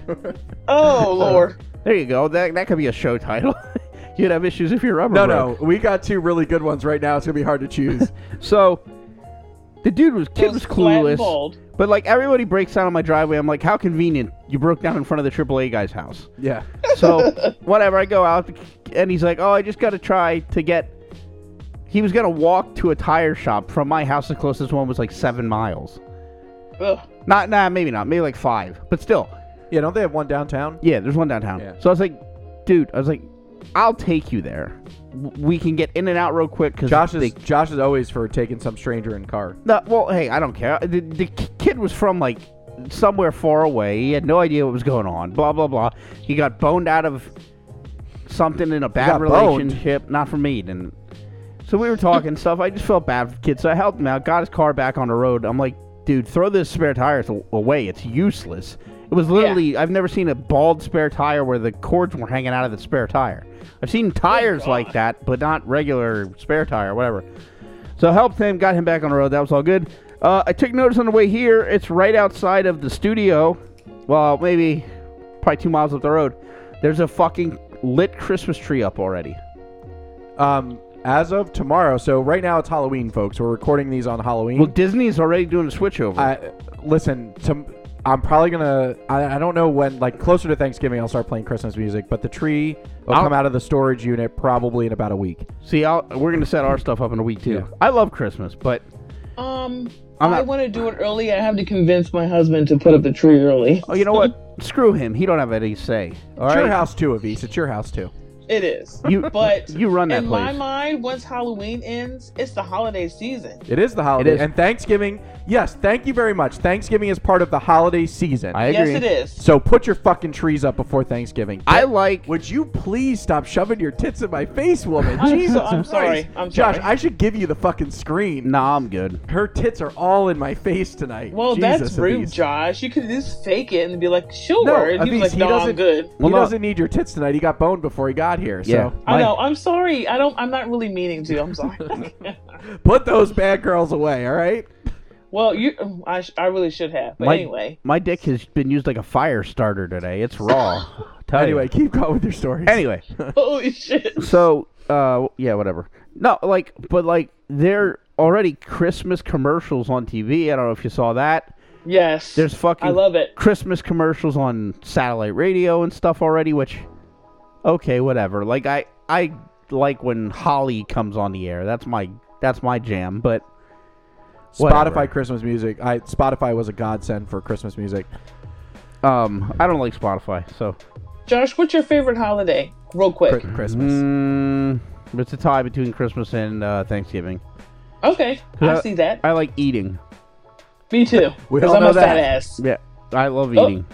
Speaker 7: Oh lord.
Speaker 4: There you go. That that could be a show title. You'd have issues if your rubber
Speaker 6: No,
Speaker 4: broke.
Speaker 6: no, we got two really good ones right now. It's gonna be hard to choose.
Speaker 4: So the dude was kid
Speaker 7: Well,
Speaker 4: was
Speaker 7: it's flat and
Speaker 4: clueless.
Speaker 7: bald.
Speaker 4: But like everybody breaks down on my driveway. I'm like, how convenient. You broke down in front of the AAA guy's house.
Speaker 6: yeah,
Speaker 4: So whatever, I go out and he's like, "Oh, I just got to try to get." He was gonna walk to a tire shop from my house. The closest one was like seven miles.
Speaker 7: Ugh.
Speaker 4: Not nah, maybe not, maybe like five, but still.
Speaker 6: yeah. Don't they have one downtown?
Speaker 4: Yeah, there's one downtown.
Speaker 6: Yeah.
Speaker 4: So I was like, dude, I was like, I'll take you there. W- We can get in and out real quick because
Speaker 6: Josh is Josh is always for taking some stranger in car.
Speaker 4: No, well, hey, I don't care. The, the k- kid was from like somewhere far away. He had no idea what was going on. Blah blah blah. He got boned out of something in a bad
Speaker 6: got boned?
Speaker 4: relationship. Not from me. And so we were talking stuff. I just felt bad for the kid, so I helped him out. Got his car back on the road. I'm like, dude, throw this spare tire a- away. It's useless. It was literally. I've never seen a bald spare tire where the cords were hanging out of the spare tire. I've seen tires like that, but not regular spare tire, whatever. So I helped him, got him back on the road. That was all good. Uh, I took notice on the way here. It's right outside of the studio. Well, maybe probably two miles up the road. There's a fucking lit Christmas tree up already.
Speaker 6: Um, as of tomorrow, so right now it's Halloween, folks. We're recording these on Halloween.
Speaker 4: Well, Disney's already doing a switchover.
Speaker 6: I listen. To, I'm probably gonna. I, I don't know when. Like closer to Thanksgiving, I'll start playing Christmas music. But the tree will
Speaker 4: I'll-
Speaker 6: come out of the storage unit probably in about a week.
Speaker 4: See, I'll, we're gonna set our stuff up in a week too. I love Christmas, but
Speaker 7: Um
Speaker 4: I'm
Speaker 7: I
Speaker 4: not-
Speaker 7: want to do it early. I have to convince my husband to put up the tree early.
Speaker 4: oh, you know what? Screw him. He don't have any say. All
Speaker 6: it's
Speaker 4: right,
Speaker 6: your house too, Avise. It's your house too.
Speaker 7: It is.
Speaker 4: you
Speaker 7: But
Speaker 4: you run that
Speaker 7: in my
Speaker 4: place.
Speaker 7: mind, once Halloween ends, it's the holiday season.
Speaker 6: It is the holiday
Speaker 4: is.
Speaker 6: and Thanksgiving. Yes, thank you very much. Thanksgiving is part of the holiday season.
Speaker 4: I
Speaker 7: Yes,
Speaker 4: agree.
Speaker 7: it is.
Speaker 6: so put your fucking trees up before Thanksgiving.
Speaker 4: I like.
Speaker 6: Would you please stop shoving your tits in my face, woman?
Speaker 7: I'm so-
Speaker 6: Jesus
Speaker 7: I'm sorry.
Speaker 6: Christ.
Speaker 7: I'm
Speaker 6: Josh,
Speaker 7: sorry.
Speaker 6: I should give you the fucking screen.
Speaker 4: Nah, I'm good.
Speaker 6: Her tits are all in my face tonight.
Speaker 7: Well,
Speaker 6: Jesus,
Speaker 7: that's rude,
Speaker 6: Avise.
Speaker 7: Josh. You could just fake it and be like, sure.
Speaker 6: No,
Speaker 7: and he
Speaker 6: Avise,
Speaker 7: was like,
Speaker 6: he
Speaker 7: no,
Speaker 6: doesn't-
Speaker 7: I'm good.
Speaker 6: he
Speaker 4: Well, no.
Speaker 6: doesn't need your tits tonight. He got boned before he got here.
Speaker 4: Yeah.
Speaker 6: So
Speaker 7: I
Speaker 4: My-
Speaker 7: know. I'm sorry. I don't. I'm not really meaning to. I'm sorry.
Speaker 6: put those bad girls away, all right?
Speaker 7: well, you. I, sh- I really should have. But
Speaker 4: My-
Speaker 7: anyway,
Speaker 4: My dick has been used like a fire starter today. It's raw. Tell you.
Speaker 6: Anyway, keep going with your stories.
Speaker 4: Anyway,
Speaker 7: holy shit.
Speaker 4: so uh, yeah, whatever. No, like, but like, they're already Christmas commercials on TV. I don't know if you saw that.
Speaker 7: Yes.
Speaker 4: There's fucking
Speaker 7: I love it.
Speaker 4: Christmas commercials on satellite radio and stuff already. Which, okay, whatever. Like, I I like when Holly comes on the air. That's my that's my jam. But Whatever.
Speaker 6: Spotify Christmas music. I Spotify was a godsend for Christmas music.
Speaker 4: um, I don't like Spotify. So
Speaker 7: Josh, what's your favorite holiday? Real quick.
Speaker 6: Cri- Christmas.
Speaker 4: mm, it's a tie between Christmas and uh, Thanksgiving.
Speaker 7: Okay, I see that.
Speaker 4: I like eating.
Speaker 7: Me too.
Speaker 6: We
Speaker 7: Because
Speaker 6: all
Speaker 7: I'm
Speaker 6: know
Speaker 7: a fat
Speaker 6: that.
Speaker 7: ass.
Speaker 4: Yeah, I love
Speaker 7: Oh.
Speaker 4: eating.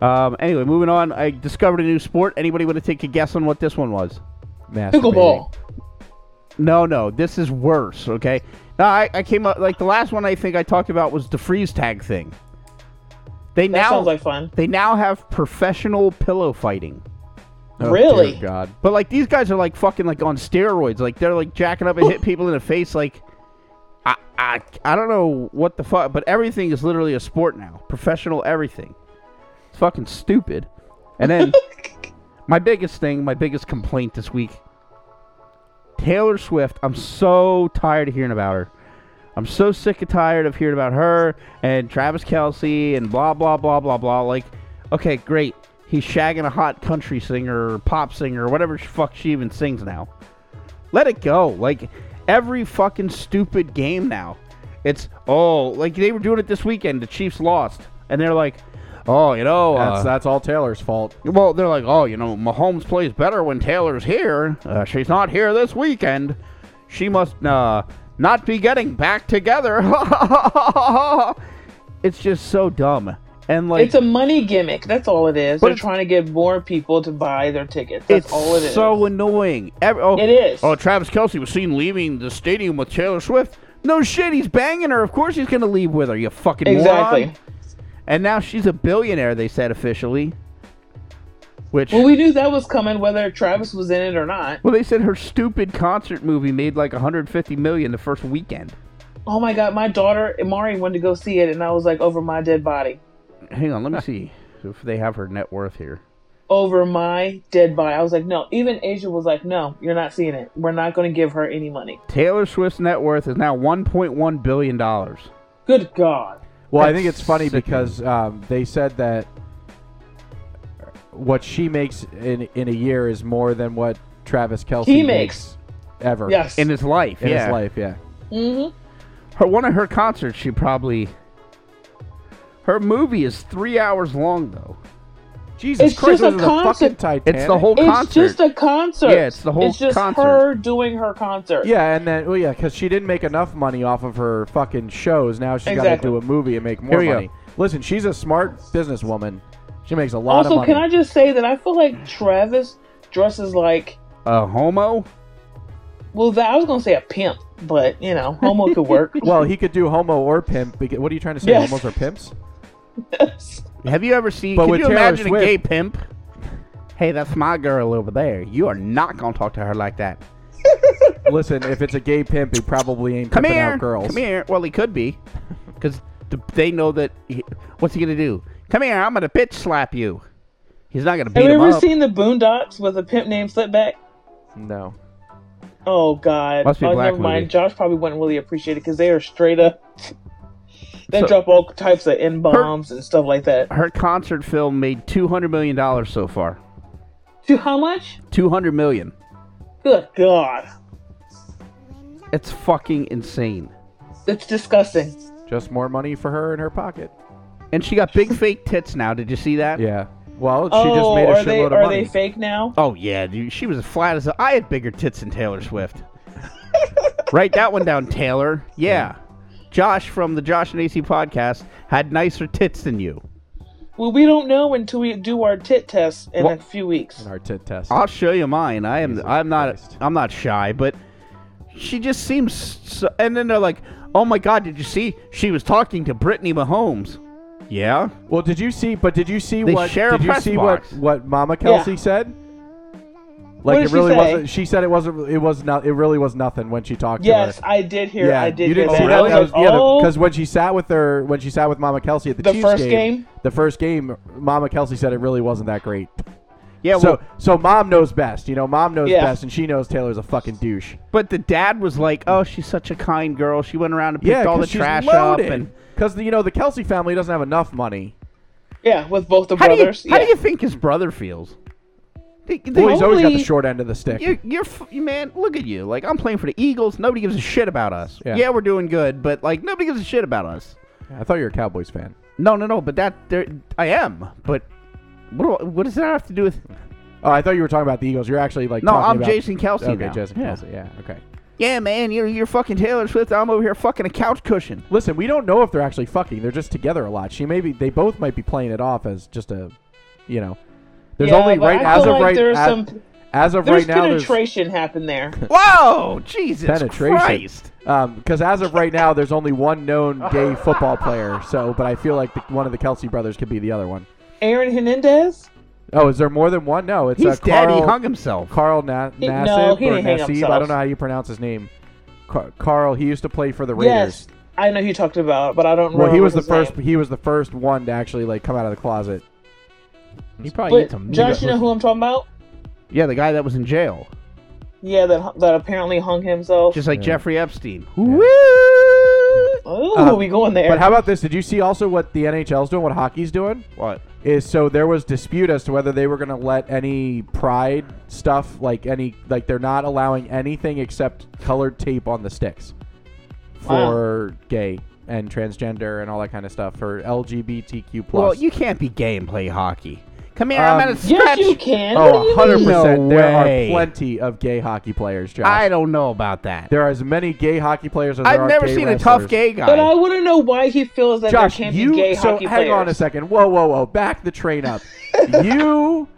Speaker 4: Um, anyway, moving on. I discovered a new sport. Anybody want to take a guess on what this one was?
Speaker 6: Masturbating.
Speaker 7: Pickleball.
Speaker 4: No, no, this is worse. Okay. No, I, I came up like the last one I think I talked about was the freeze tag thing. They
Speaker 7: That
Speaker 4: now
Speaker 7: sounds like fun.
Speaker 4: they now have professional pillow fighting.
Speaker 6: Oh,
Speaker 7: Really?
Speaker 6: dear God.
Speaker 4: But like these guys are like fucking like on steroids. Like they're like jacking up and hit people in the face. Like I I I don't know what the fuck. But everything is literally a sport now. Professional everything. It's fucking stupid. And then my biggest thing, my biggest complaint this week. Taylor Swift. I'm so tired of hearing about her. I'm so sick and tired of hearing about her and Travis Kelsey and blah blah blah blah blah. Like, okay, great. He's shagging a hot country singer or pop singer or whatever sh- fuck she even sings now. Let it go. Like every fucking stupid game now. It's oh, like they were doing it this weekend. The Chiefs lost, and they're like, oh, you know, uh,
Speaker 6: That's that's all Taylor's fault.
Speaker 4: well, they're like, oh, you know, Mahomes plays better when Taylor's here. Uh, she's not here this weekend. She must uh, not be getting back together. it's just so dumb. And like,
Speaker 7: It's a money gimmick. That's all it is.
Speaker 4: But
Speaker 7: They're
Speaker 4: it's-
Speaker 7: trying to get more people to buy their tickets. That's
Speaker 4: it's
Speaker 7: all it is.
Speaker 4: so annoying. Every, oh,
Speaker 7: It is.
Speaker 4: Oh, Travis Kelsey was seen leaving the stadium with Taylor Swift. No shit, he's banging her. Of course he's gonna leave with her. You fucking moron.
Speaker 7: exactly.
Speaker 4: And now she's a billionaire. They said officially. Which
Speaker 7: Well, we knew that was coming, whether Travis was in it or not.
Speaker 4: well, they said her stupid concert movie made like 150 million the first weekend.
Speaker 7: Oh my god, my daughter Mari wanted to go see it, and I was like, over my dead body,
Speaker 4: Hang on, let me see if they have her net worth here.
Speaker 7: over my dead body. I was like, no. Even Asia was like, no, you're not seeing it. We're not going to give her any money.
Speaker 4: Taylor Swift's net worth is now 1.1 billion dollars.
Speaker 7: Good God.
Speaker 6: Well, I
Speaker 4: That's
Speaker 6: think it's funny
Speaker 4: sickening.
Speaker 6: because um, they said that what she makes in in a year is more than what Travis Kelsey
Speaker 7: He
Speaker 6: makes,
Speaker 7: makes.
Speaker 6: ever
Speaker 7: Yes.
Speaker 4: in his life.
Speaker 6: in
Speaker 4: yeah.
Speaker 6: his life. Yeah,
Speaker 7: mm-hmm.
Speaker 4: Her one of her concerts, she probably. Her movie is three hours long though.
Speaker 6: Jesus
Speaker 7: It's
Speaker 6: Christ,
Speaker 7: just a
Speaker 6: those are the fucking
Speaker 7: concept.
Speaker 6: Titanic.
Speaker 4: It's the whole
Speaker 7: It's
Speaker 4: concert.
Speaker 7: just a concert.
Speaker 4: Yeah, it's the whole
Speaker 7: It's just
Speaker 4: concert.
Speaker 7: her doing her concert.
Speaker 6: Yeah, and then well, yeah, because she didn't make enough money off of her fucking shows. Now she's got to
Speaker 7: Exactly.
Speaker 6: do a movie and make more
Speaker 4: Here we go.
Speaker 6: money. Listen, she's a smart businesswoman. She makes a lot
Speaker 7: Also,
Speaker 6: of money.
Speaker 7: can I just say that I feel like Travis dresses like
Speaker 4: a homo.
Speaker 7: well. That I was going to say a pimp, but you know, homo could work.
Speaker 6: well, he could do homo or pimp. Because, what are you trying to say?
Speaker 7: Yes.
Speaker 6: Homos or pimps?
Speaker 4: Have you ever seen?
Speaker 6: But
Speaker 4: can
Speaker 6: with
Speaker 4: you
Speaker 6: Taylor
Speaker 4: imagine
Speaker 6: Swift-
Speaker 4: a gay pimp? Hey, that's my girl over there. You are not gonna talk to her like that.
Speaker 6: Listen, if it's a gay pimp, he probably ain't
Speaker 4: Come
Speaker 6: pimping
Speaker 4: here,
Speaker 6: out girls.
Speaker 4: Come here. Well, he could be, because they know that. He, what's he gonna do? Come here. I'm gonna bitch slap you. He's not gonna beat
Speaker 7: Have you
Speaker 4: him
Speaker 7: ever
Speaker 4: up.
Speaker 7: seen the Boondocks with a pimp named Slipback?
Speaker 6: No.
Speaker 7: Oh God!
Speaker 4: Must be a
Speaker 7: oh,
Speaker 4: black
Speaker 7: never mind.
Speaker 4: movie.
Speaker 7: Josh probably wouldn't really appreciate it because they are straight up. they
Speaker 4: So-
Speaker 7: drop all types of n bombs and stuff like that.
Speaker 4: her concert film made two hundred million dollars so far.
Speaker 7: To how much?
Speaker 4: Two hundred million.
Speaker 7: Good God!
Speaker 4: It's fucking insane.
Speaker 7: It's disgusting.
Speaker 6: Just more money for her in her pocket.
Speaker 4: And she got big fake tits now. Did you see that?
Speaker 6: Yeah. Well, she
Speaker 7: oh,
Speaker 6: just made a shitload
Speaker 7: are they
Speaker 6: of
Speaker 7: are
Speaker 6: money.
Speaker 7: they fake now?
Speaker 4: Oh yeah, dude. She was as flat as a, I had bigger tits than Taylor Swift. Write that one down, Taylor. Yeah. Josh from the Josh and AC podcast had nicer tits than you.
Speaker 7: Well, we don't know until we do our tit test in
Speaker 4: Well-
Speaker 7: a few weeks.
Speaker 6: in our tit test.
Speaker 4: I'll show you mine. I am.
Speaker 6: Jesus
Speaker 4: I'm not.
Speaker 6: Christ.
Speaker 4: I'm not shy, but she just seems. So, and then they're like, "Oh my God, did you see? She was talking to Brittany Mahomes." Yeah.
Speaker 6: Well, did you see? But did you see
Speaker 4: They
Speaker 6: what?
Speaker 4: share a
Speaker 6: Did you
Speaker 4: press
Speaker 6: see
Speaker 4: box.
Speaker 6: what what Mama Kelsey
Speaker 7: Yeah.
Speaker 6: said? Like
Speaker 7: did
Speaker 6: it
Speaker 7: she
Speaker 6: really
Speaker 7: say?
Speaker 6: wasn't. She said it wasn't. It was not. It really was nothing when she talked
Speaker 7: Yes,
Speaker 6: to her.
Speaker 7: I did hear.
Speaker 6: yeah,
Speaker 7: I did
Speaker 6: you
Speaker 7: hear
Speaker 6: didn't
Speaker 7: that.
Speaker 6: see
Speaker 7: I
Speaker 6: that.
Speaker 7: was
Speaker 6: That was,
Speaker 7: like,
Speaker 6: yeah,
Speaker 7: oh,
Speaker 6: because when she sat with her, when she sat with Mama Kelsey at the,
Speaker 7: The
Speaker 6: Chiefs
Speaker 7: first game?
Speaker 6: the first game, Mama Kelsey said it really wasn't that great.
Speaker 4: Yeah.
Speaker 6: so,
Speaker 4: well,
Speaker 6: so mom knows best. You know, mom knows
Speaker 7: Yeah.
Speaker 6: best, and she knows Taylor's a fucking douche.
Speaker 4: but the dad was like, "Oh, she's such a kind girl. She went around and picked
Speaker 6: Yeah,
Speaker 4: all the
Speaker 6: 'cause she's
Speaker 4: trash
Speaker 6: loaded.
Speaker 4: up." And
Speaker 6: because you know the Kelsey family doesn't have enough money.
Speaker 7: yeah, with both the
Speaker 4: how do you
Speaker 7: brothers.
Speaker 4: how do
Speaker 7: yeah.
Speaker 4: you think his brother feels? They- they-
Speaker 6: Well, he's always got the
Speaker 7: only-
Speaker 6: short end of the stick.
Speaker 4: you're, you're f- man. Look at you. Like I'm playing for the Eagles. Nobody gives a shit about us.
Speaker 6: Yeah.
Speaker 4: yeah, we're doing good, but like nobody gives a shit about us.
Speaker 6: I thought you were a Cowboys fan.
Speaker 4: No, no, no. But that there, I am. But what? Do, I- what does that have to do with?
Speaker 6: Oh, I thought you were talking about the Eagles. You're actually like
Speaker 4: No,
Speaker 6: talking
Speaker 4: I'm
Speaker 6: about-
Speaker 4: Jason Kelsey.
Speaker 6: Okay,
Speaker 4: now.
Speaker 6: Jason
Speaker 4: yeah.
Speaker 6: Kelsey. Yeah, okay.
Speaker 4: Yeah, man. You're you're fucking Taylor Swift. I'm over here fucking a couch cushion.
Speaker 6: Listen, we don't know if they're actually fucking. They're just together a lot. She may be. They both might be playing it off as just a, you know. There's
Speaker 7: Yeah,
Speaker 6: only
Speaker 7: but
Speaker 6: right
Speaker 7: I
Speaker 6: as
Speaker 7: feel
Speaker 6: of
Speaker 7: like
Speaker 6: right
Speaker 7: there's
Speaker 6: as,
Speaker 7: some-
Speaker 6: as of
Speaker 7: There's
Speaker 6: right now there's
Speaker 7: penetration happened there.
Speaker 4: Whoa, Jesus
Speaker 6: penetration.
Speaker 4: Christ.
Speaker 6: Because as of right now there's only one known gay football player. So, but I feel like the, one of the Kelsey brothers could be the other one.
Speaker 7: Aaron Hernandez?
Speaker 6: Oh, is there more than one? No, it's uh,
Speaker 4: He's
Speaker 6: Carl.
Speaker 4: dead. He hung himself.
Speaker 6: Carl Na-
Speaker 7: He- no,
Speaker 6: Nassib
Speaker 7: he
Speaker 6: or
Speaker 7: didn't hang
Speaker 6: Nassib. I
Speaker 7: himself.
Speaker 6: don't know how you pronounce his name. Car- Carl. He used to play for the Raiders.
Speaker 7: Yes, I know who you talked about, but I don't remember.
Speaker 6: Well, he was the
Speaker 7: his
Speaker 6: first.
Speaker 7: name.
Speaker 6: He was the first one to actually like come out of the closet.
Speaker 4: He probably
Speaker 7: But Josh, you know who I'm talking about?
Speaker 4: Yeah, the guy that was in jail,
Speaker 7: Yeah, that that apparently hung himself.
Speaker 4: just like Jeffrey Epstein.
Speaker 7: Ooh,
Speaker 6: Um,
Speaker 7: we going there?
Speaker 6: But how about this? Did you see also what the NHL's doing? What hockey's doing?
Speaker 4: What?
Speaker 6: Is so there was dispute as to whether they were going to let any pride stuff like any like they're not allowing anything except colored tape on the sticks for gay and transgender and all that kind of stuff for LGBTQ plus.
Speaker 4: Well, you can't be gay and play hockey. Come here, I'm
Speaker 6: Um,
Speaker 4: at a
Speaker 7: yes,
Speaker 4: scratch.
Speaker 7: you can. What do
Speaker 6: oh,
Speaker 7: you
Speaker 6: 100
Speaker 7: mean?
Speaker 6: percent.
Speaker 4: No
Speaker 6: There are
Speaker 4: way.
Speaker 6: plenty of gay hockey players, Josh.
Speaker 4: I don't know about that.
Speaker 6: there are as many gay hockey players as there
Speaker 4: I've
Speaker 6: are
Speaker 4: never
Speaker 6: gay
Speaker 4: seen a
Speaker 6: wrestlers.
Speaker 4: tough gay guy.
Speaker 7: But I want to know why he feels that
Speaker 6: Josh,
Speaker 7: there can't
Speaker 6: you
Speaker 7: be gay
Speaker 6: so
Speaker 7: hockey
Speaker 6: hang
Speaker 7: players.
Speaker 6: on a second. Whoa, whoa, whoa! Back the train up. you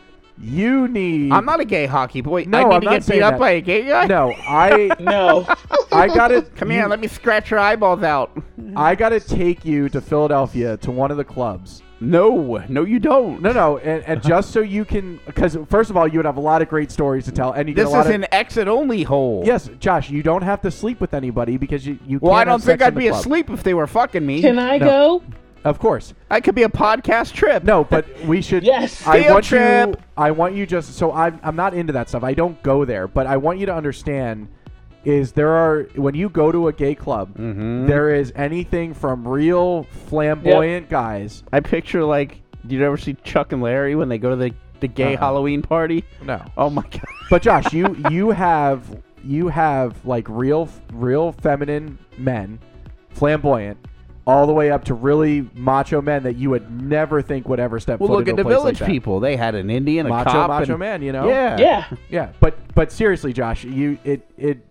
Speaker 6: You need.
Speaker 4: I'm not a gay hockey boy.
Speaker 6: No,
Speaker 4: I need
Speaker 6: I'm
Speaker 4: to
Speaker 6: not
Speaker 4: get beat
Speaker 6: saying
Speaker 4: up
Speaker 6: that.
Speaker 4: by a gay guy.
Speaker 6: No, I
Speaker 7: No.
Speaker 6: I got it.
Speaker 4: Come here, let me scratch your eyeballs out.
Speaker 6: I got to take you to Philadelphia to one of the clubs.
Speaker 4: No, no, you don't.
Speaker 6: No, no, and,
Speaker 4: Uh-huh.
Speaker 6: and just so you can, because first of all, you would have a lot of great stories to tell, and you get
Speaker 4: This
Speaker 6: a lot
Speaker 4: is
Speaker 6: of.
Speaker 4: an exit only hole.
Speaker 6: yes, Josh, you don't have to sleep with anybody because you. you
Speaker 4: Well,
Speaker 6: can't
Speaker 4: I
Speaker 6: have
Speaker 4: don't think
Speaker 6: sex in
Speaker 4: I'd
Speaker 6: the
Speaker 4: be
Speaker 6: club.
Speaker 4: asleep if they were fucking me.
Speaker 7: Can I
Speaker 6: No.
Speaker 7: go?
Speaker 6: Of course,
Speaker 4: I could be a podcast trip.
Speaker 6: no, but we should.
Speaker 7: Yes.
Speaker 6: I
Speaker 4: Field
Speaker 6: want you.
Speaker 4: trip.
Speaker 6: I want you just so I'm. I'm not into that stuff. I don't go there, but I want you to understand. Is there are when you go to a gay club,
Speaker 4: Mm-hmm.
Speaker 6: there is anything from real flamboyant guys.
Speaker 4: I picture like, did you ever see Chuck and Larry when they go to the, the gay
Speaker 6: Uh-uh.
Speaker 4: Halloween party?
Speaker 6: No,
Speaker 4: Oh my god.
Speaker 6: But Josh, you you have you have like real real feminine men, flamboyant, all the way up to really macho men that you would never think would ever step
Speaker 4: Well,
Speaker 6: foot
Speaker 4: look at
Speaker 6: into
Speaker 4: the
Speaker 6: a place
Speaker 4: village
Speaker 6: like that.
Speaker 4: people. They had an Indian, a
Speaker 6: Macho
Speaker 4: cop,
Speaker 6: macho
Speaker 4: and-
Speaker 6: man, you know.
Speaker 4: Yeah.
Speaker 7: Yeah.
Speaker 6: yeah. But but seriously, Josh, you it it.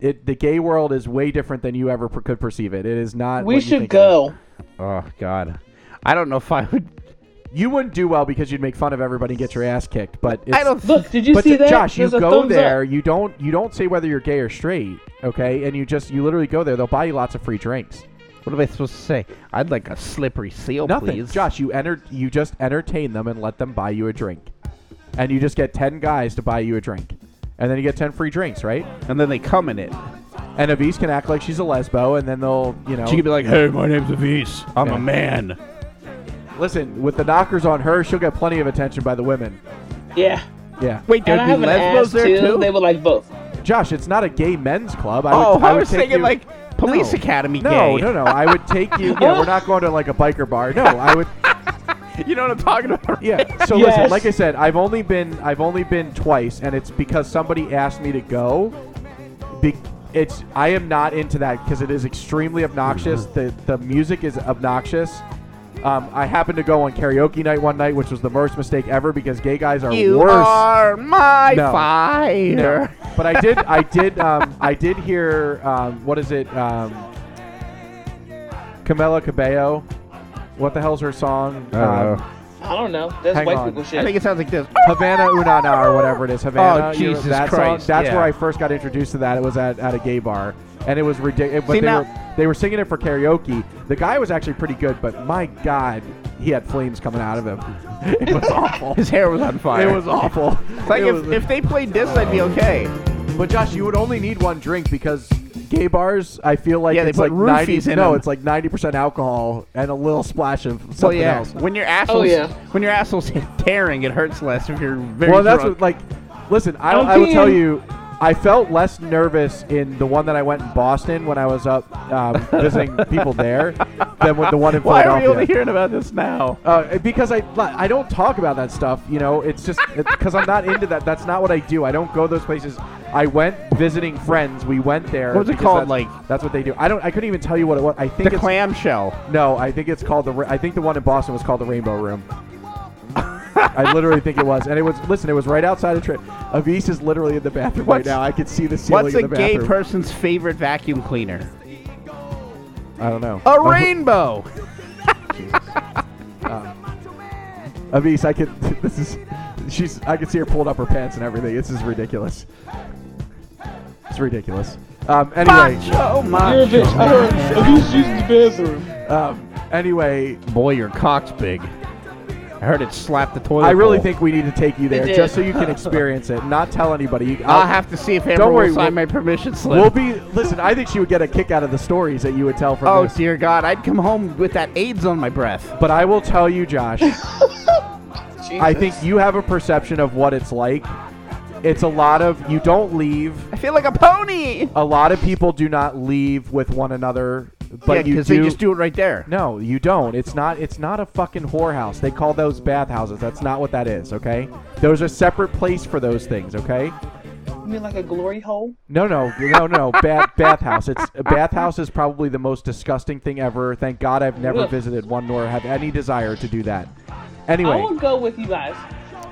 Speaker 6: It, the gay world is way different than you ever per- could perceive it. It is not. what
Speaker 7: We
Speaker 6: you
Speaker 7: should
Speaker 6: think it is.
Speaker 7: go.
Speaker 4: Oh god. I don't know if I would.
Speaker 6: You wouldn't do well because you'd make fun of everybody and get your ass kicked. But it's,
Speaker 4: I don't.
Speaker 7: Look, did you
Speaker 6: but
Speaker 7: see
Speaker 6: th-
Speaker 7: that?
Speaker 6: Josh, you
Speaker 7: There's a
Speaker 6: go
Speaker 7: thumbs
Speaker 6: there.
Speaker 7: Up.
Speaker 6: You don't. You don't say whether you're gay or straight. Okay, and you just you literally go there. They'll buy you lots of free drinks.
Speaker 4: What am I supposed to say? I'd like a slippery
Speaker 7: Oh,
Speaker 4: seal,
Speaker 6: Nothing,
Speaker 4: please.
Speaker 6: Josh. You enter. You just entertain them and let them buy you a drink, and you just get ten guys to buy you a drink, and then you get ten free drinks, right?
Speaker 4: And then they come in it.
Speaker 6: And Avise can act like she's a lesbo, and then they'll you know.
Speaker 4: She could be like, "Hey, my name's Avis. I'm
Speaker 6: Yeah.
Speaker 4: a man."
Speaker 6: listen, with the knockers on her, she'll get plenty of attention by the women.
Speaker 7: Yeah.
Speaker 6: Yeah,
Speaker 4: Wait, there'd
Speaker 7: And I
Speaker 4: be
Speaker 7: have an ass
Speaker 4: lesbos there
Speaker 7: too.
Speaker 4: too.
Speaker 7: They would like both.
Speaker 6: Josh, it's not a gay men's club. I would,
Speaker 4: oh, I
Speaker 6: would
Speaker 4: was
Speaker 6: take
Speaker 4: thinking
Speaker 6: you-
Speaker 4: like police
Speaker 6: No.
Speaker 4: academy
Speaker 6: No,
Speaker 4: gay.
Speaker 6: no, no. I would take you. Yeah, we're not going to like a biker bar. No, I would.
Speaker 4: You know what I'm talking about?
Speaker 6: Yeah. So
Speaker 7: Yes.
Speaker 6: listen, like I said, I've only been I've only been twice, and it's because somebody asked me to go. Be- it's I am not into that because it is extremely obnoxious. The
Speaker 4: Mm-hmm.
Speaker 6: the music is obnoxious. Um, I happened to go on karaoke night one night, which was the worst mistake ever because gay guys are
Speaker 4: You
Speaker 6: worse.
Speaker 4: are my
Speaker 6: No.
Speaker 4: fire.
Speaker 6: No. But I did I did um, I did hear um, what is it? Um, Camila Cabello. What the hell's her song? Um,
Speaker 7: I don't know. That's
Speaker 6: Hang
Speaker 7: white
Speaker 6: on.
Speaker 7: people shit.
Speaker 4: I think it sounds like this.
Speaker 6: Havana Unana or whatever it is. Havana.
Speaker 4: Oh,
Speaker 6: you know,
Speaker 4: Jesus
Speaker 6: that
Speaker 4: Christ,
Speaker 6: Song, that's
Speaker 4: yeah.
Speaker 6: where I first got introduced to that. It was at, at a gay bar. And it was ridiculous. But
Speaker 4: See,
Speaker 6: they,
Speaker 4: now-
Speaker 6: were, they were singing it for karaoke. The guy was actually pretty good, but my God, he had flames coming out of him. It was awful.
Speaker 4: His hair was on fire.
Speaker 6: It was awful.
Speaker 4: It's like
Speaker 6: It
Speaker 4: if,
Speaker 6: was-
Speaker 4: if they played this, I'd be okay.
Speaker 6: but Josh, you would only need one drink because gay bars, I feel like
Speaker 4: Yeah, they
Speaker 6: it's
Speaker 4: put
Speaker 6: like 90,
Speaker 4: roofies in
Speaker 6: No,
Speaker 4: them.
Speaker 6: it's like 90% alcohol and a little splash of something
Speaker 4: Well, yeah.
Speaker 6: else.
Speaker 4: When your asshole's
Speaker 7: Oh, yeah.
Speaker 4: when your asshole's tearing, it hurts less if you're very
Speaker 6: well, that's what,
Speaker 4: drunk.
Speaker 6: like, listen, I,
Speaker 7: I'm
Speaker 6: I will tell
Speaker 7: peeing.
Speaker 6: you, I felt less nervous in the one that I went in Boston when I was up um, visiting people there than with the one in
Speaker 4: Why are we
Speaker 6: Philadelphia.
Speaker 4: only hearing about this now?
Speaker 6: Uh, because I like, I don't talk about that stuff, you know. It's just because I'm not into that. That's not what I do. I don't go those places. I went visiting friends. We went there.
Speaker 4: What was it
Speaker 6: because
Speaker 4: called,
Speaker 6: that's-
Speaker 4: like-
Speaker 6: that's what they do. I don't. I couldn't even tell you what it was. I think
Speaker 4: The
Speaker 6: it's
Speaker 4: clamshell.
Speaker 6: no. I think it's called the. Ra- I think the one in Boston was called the Rainbow Room. I literally think it was, and it was. Listen, it was right outside of trip. Avis is literally in the bathroom
Speaker 4: What's-
Speaker 6: right now. I could see the ceiling
Speaker 4: What's
Speaker 6: in
Speaker 4: a
Speaker 6: the
Speaker 4: gay
Speaker 6: bathroom.
Speaker 4: person's favorite vacuum cleaner?
Speaker 6: I don't know.
Speaker 4: A rainbow.
Speaker 6: Avis, I could. This is. She's. I could see her pulling up her pants and everything. This is ridiculous. It's ridiculous. Um. Anyway.
Speaker 4: Macho,
Speaker 7: You're a
Speaker 4: macho.
Speaker 7: bitch. I heard. At least use the bathroom.
Speaker 6: Um. Anyway,
Speaker 4: Boy, your cock's big. I heard it slapped the toilet.
Speaker 6: I really
Speaker 4: bowl.
Speaker 6: think we need to take you there
Speaker 7: did.
Speaker 6: just so you can experience it. Not tell anybody. You,
Speaker 4: I'll have to see if Amber
Speaker 6: worry,
Speaker 4: will sign
Speaker 6: we'll-
Speaker 4: my permission slip.
Speaker 6: We'll be. Listen, I think she would get a kick out of the stories that you would tell from
Speaker 4: oh
Speaker 6: this.
Speaker 4: dear God, I'd come home with that AIDS on my breath.
Speaker 6: But I will tell you, Josh. I think you have a perception of what it's like. It's a lot of you don't leave.
Speaker 4: I feel like a pony.
Speaker 6: A lot of people do not leave with one another, but
Speaker 4: yeah,
Speaker 6: you
Speaker 4: because
Speaker 6: do.
Speaker 4: they just do it right there.
Speaker 6: No, you don't. It's not. It's not a fucking whorehouse. They call those bathhouses. That's not what that is. Okay. There's a separate place for those things. Okay.
Speaker 7: You mean like a glory hole?
Speaker 6: No, no, no, no. Bath bathhouse. It's a bathhouse is probably the most disgusting thing ever. Thank God I've never
Speaker 7: Ugh.
Speaker 6: visited one, nor have any desire to do that.
Speaker 7: I
Speaker 6: Anyway.
Speaker 7: will go with you guys.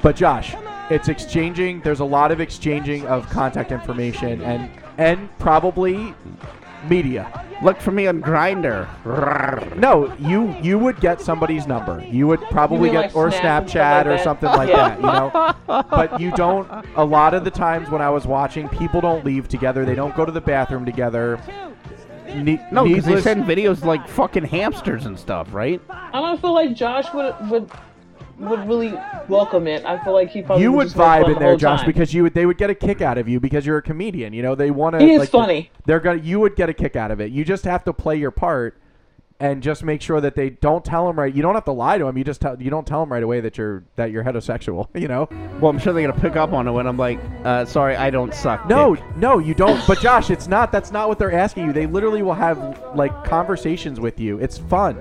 Speaker 6: But Josh, it's exchanging. There's a lot of exchanging of contact information, and and probably media.
Speaker 4: Look for me on Grinder.
Speaker 6: No, you you would get somebody's number. You would probably
Speaker 7: mean
Speaker 6: get
Speaker 7: like
Speaker 6: or
Speaker 7: Snap
Speaker 6: Snapchat
Speaker 7: and stuff like
Speaker 6: or
Speaker 7: that?
Speaker 6: something like
Speaker 7: Yeah.
Speaker 6: that, you know. But you don't. A lot of the times when I was watching, people don't leave together. They don't go to the bathroom together. Ne-
Speaker 4: No, because they
Speaker 6: needless-
Speaker 4: send videos like fucking hamsters and stuff, right?
Speaker 7: I don't feel like Josh would would would really welcome it. I feel like he probably
Speaker 6: you would
Speaker 7: just make fun
Speaker 6: vibe in
Speaker 7: the
Speaker 6: there,
Speaker 7: whole
Speaker 6: Josh,
Speaker 7: time.
Speaker 6: because you would they would get a kick out of you because you're a comedian. You know they want to.
Speaker 7: He is funny.
Speaker 6: They're gonna. You would get a kick out of it. You just have to play your part, and just make sure that they don't tell them right. You don't have to lie to them. You just tell. You don't tell them right away that you're that you're heterosexual. You know.
Speaker 4: Well, I'm sure they're gonna pick up on it when I'm like, uh, sorry, I don't suck.
Speaker 6: No,
Speaker 4: dick.
Speaker 6: no, you don't. But Josh, it's not. That's not what they're asking you. They literally will have like conversations with you. It's fun.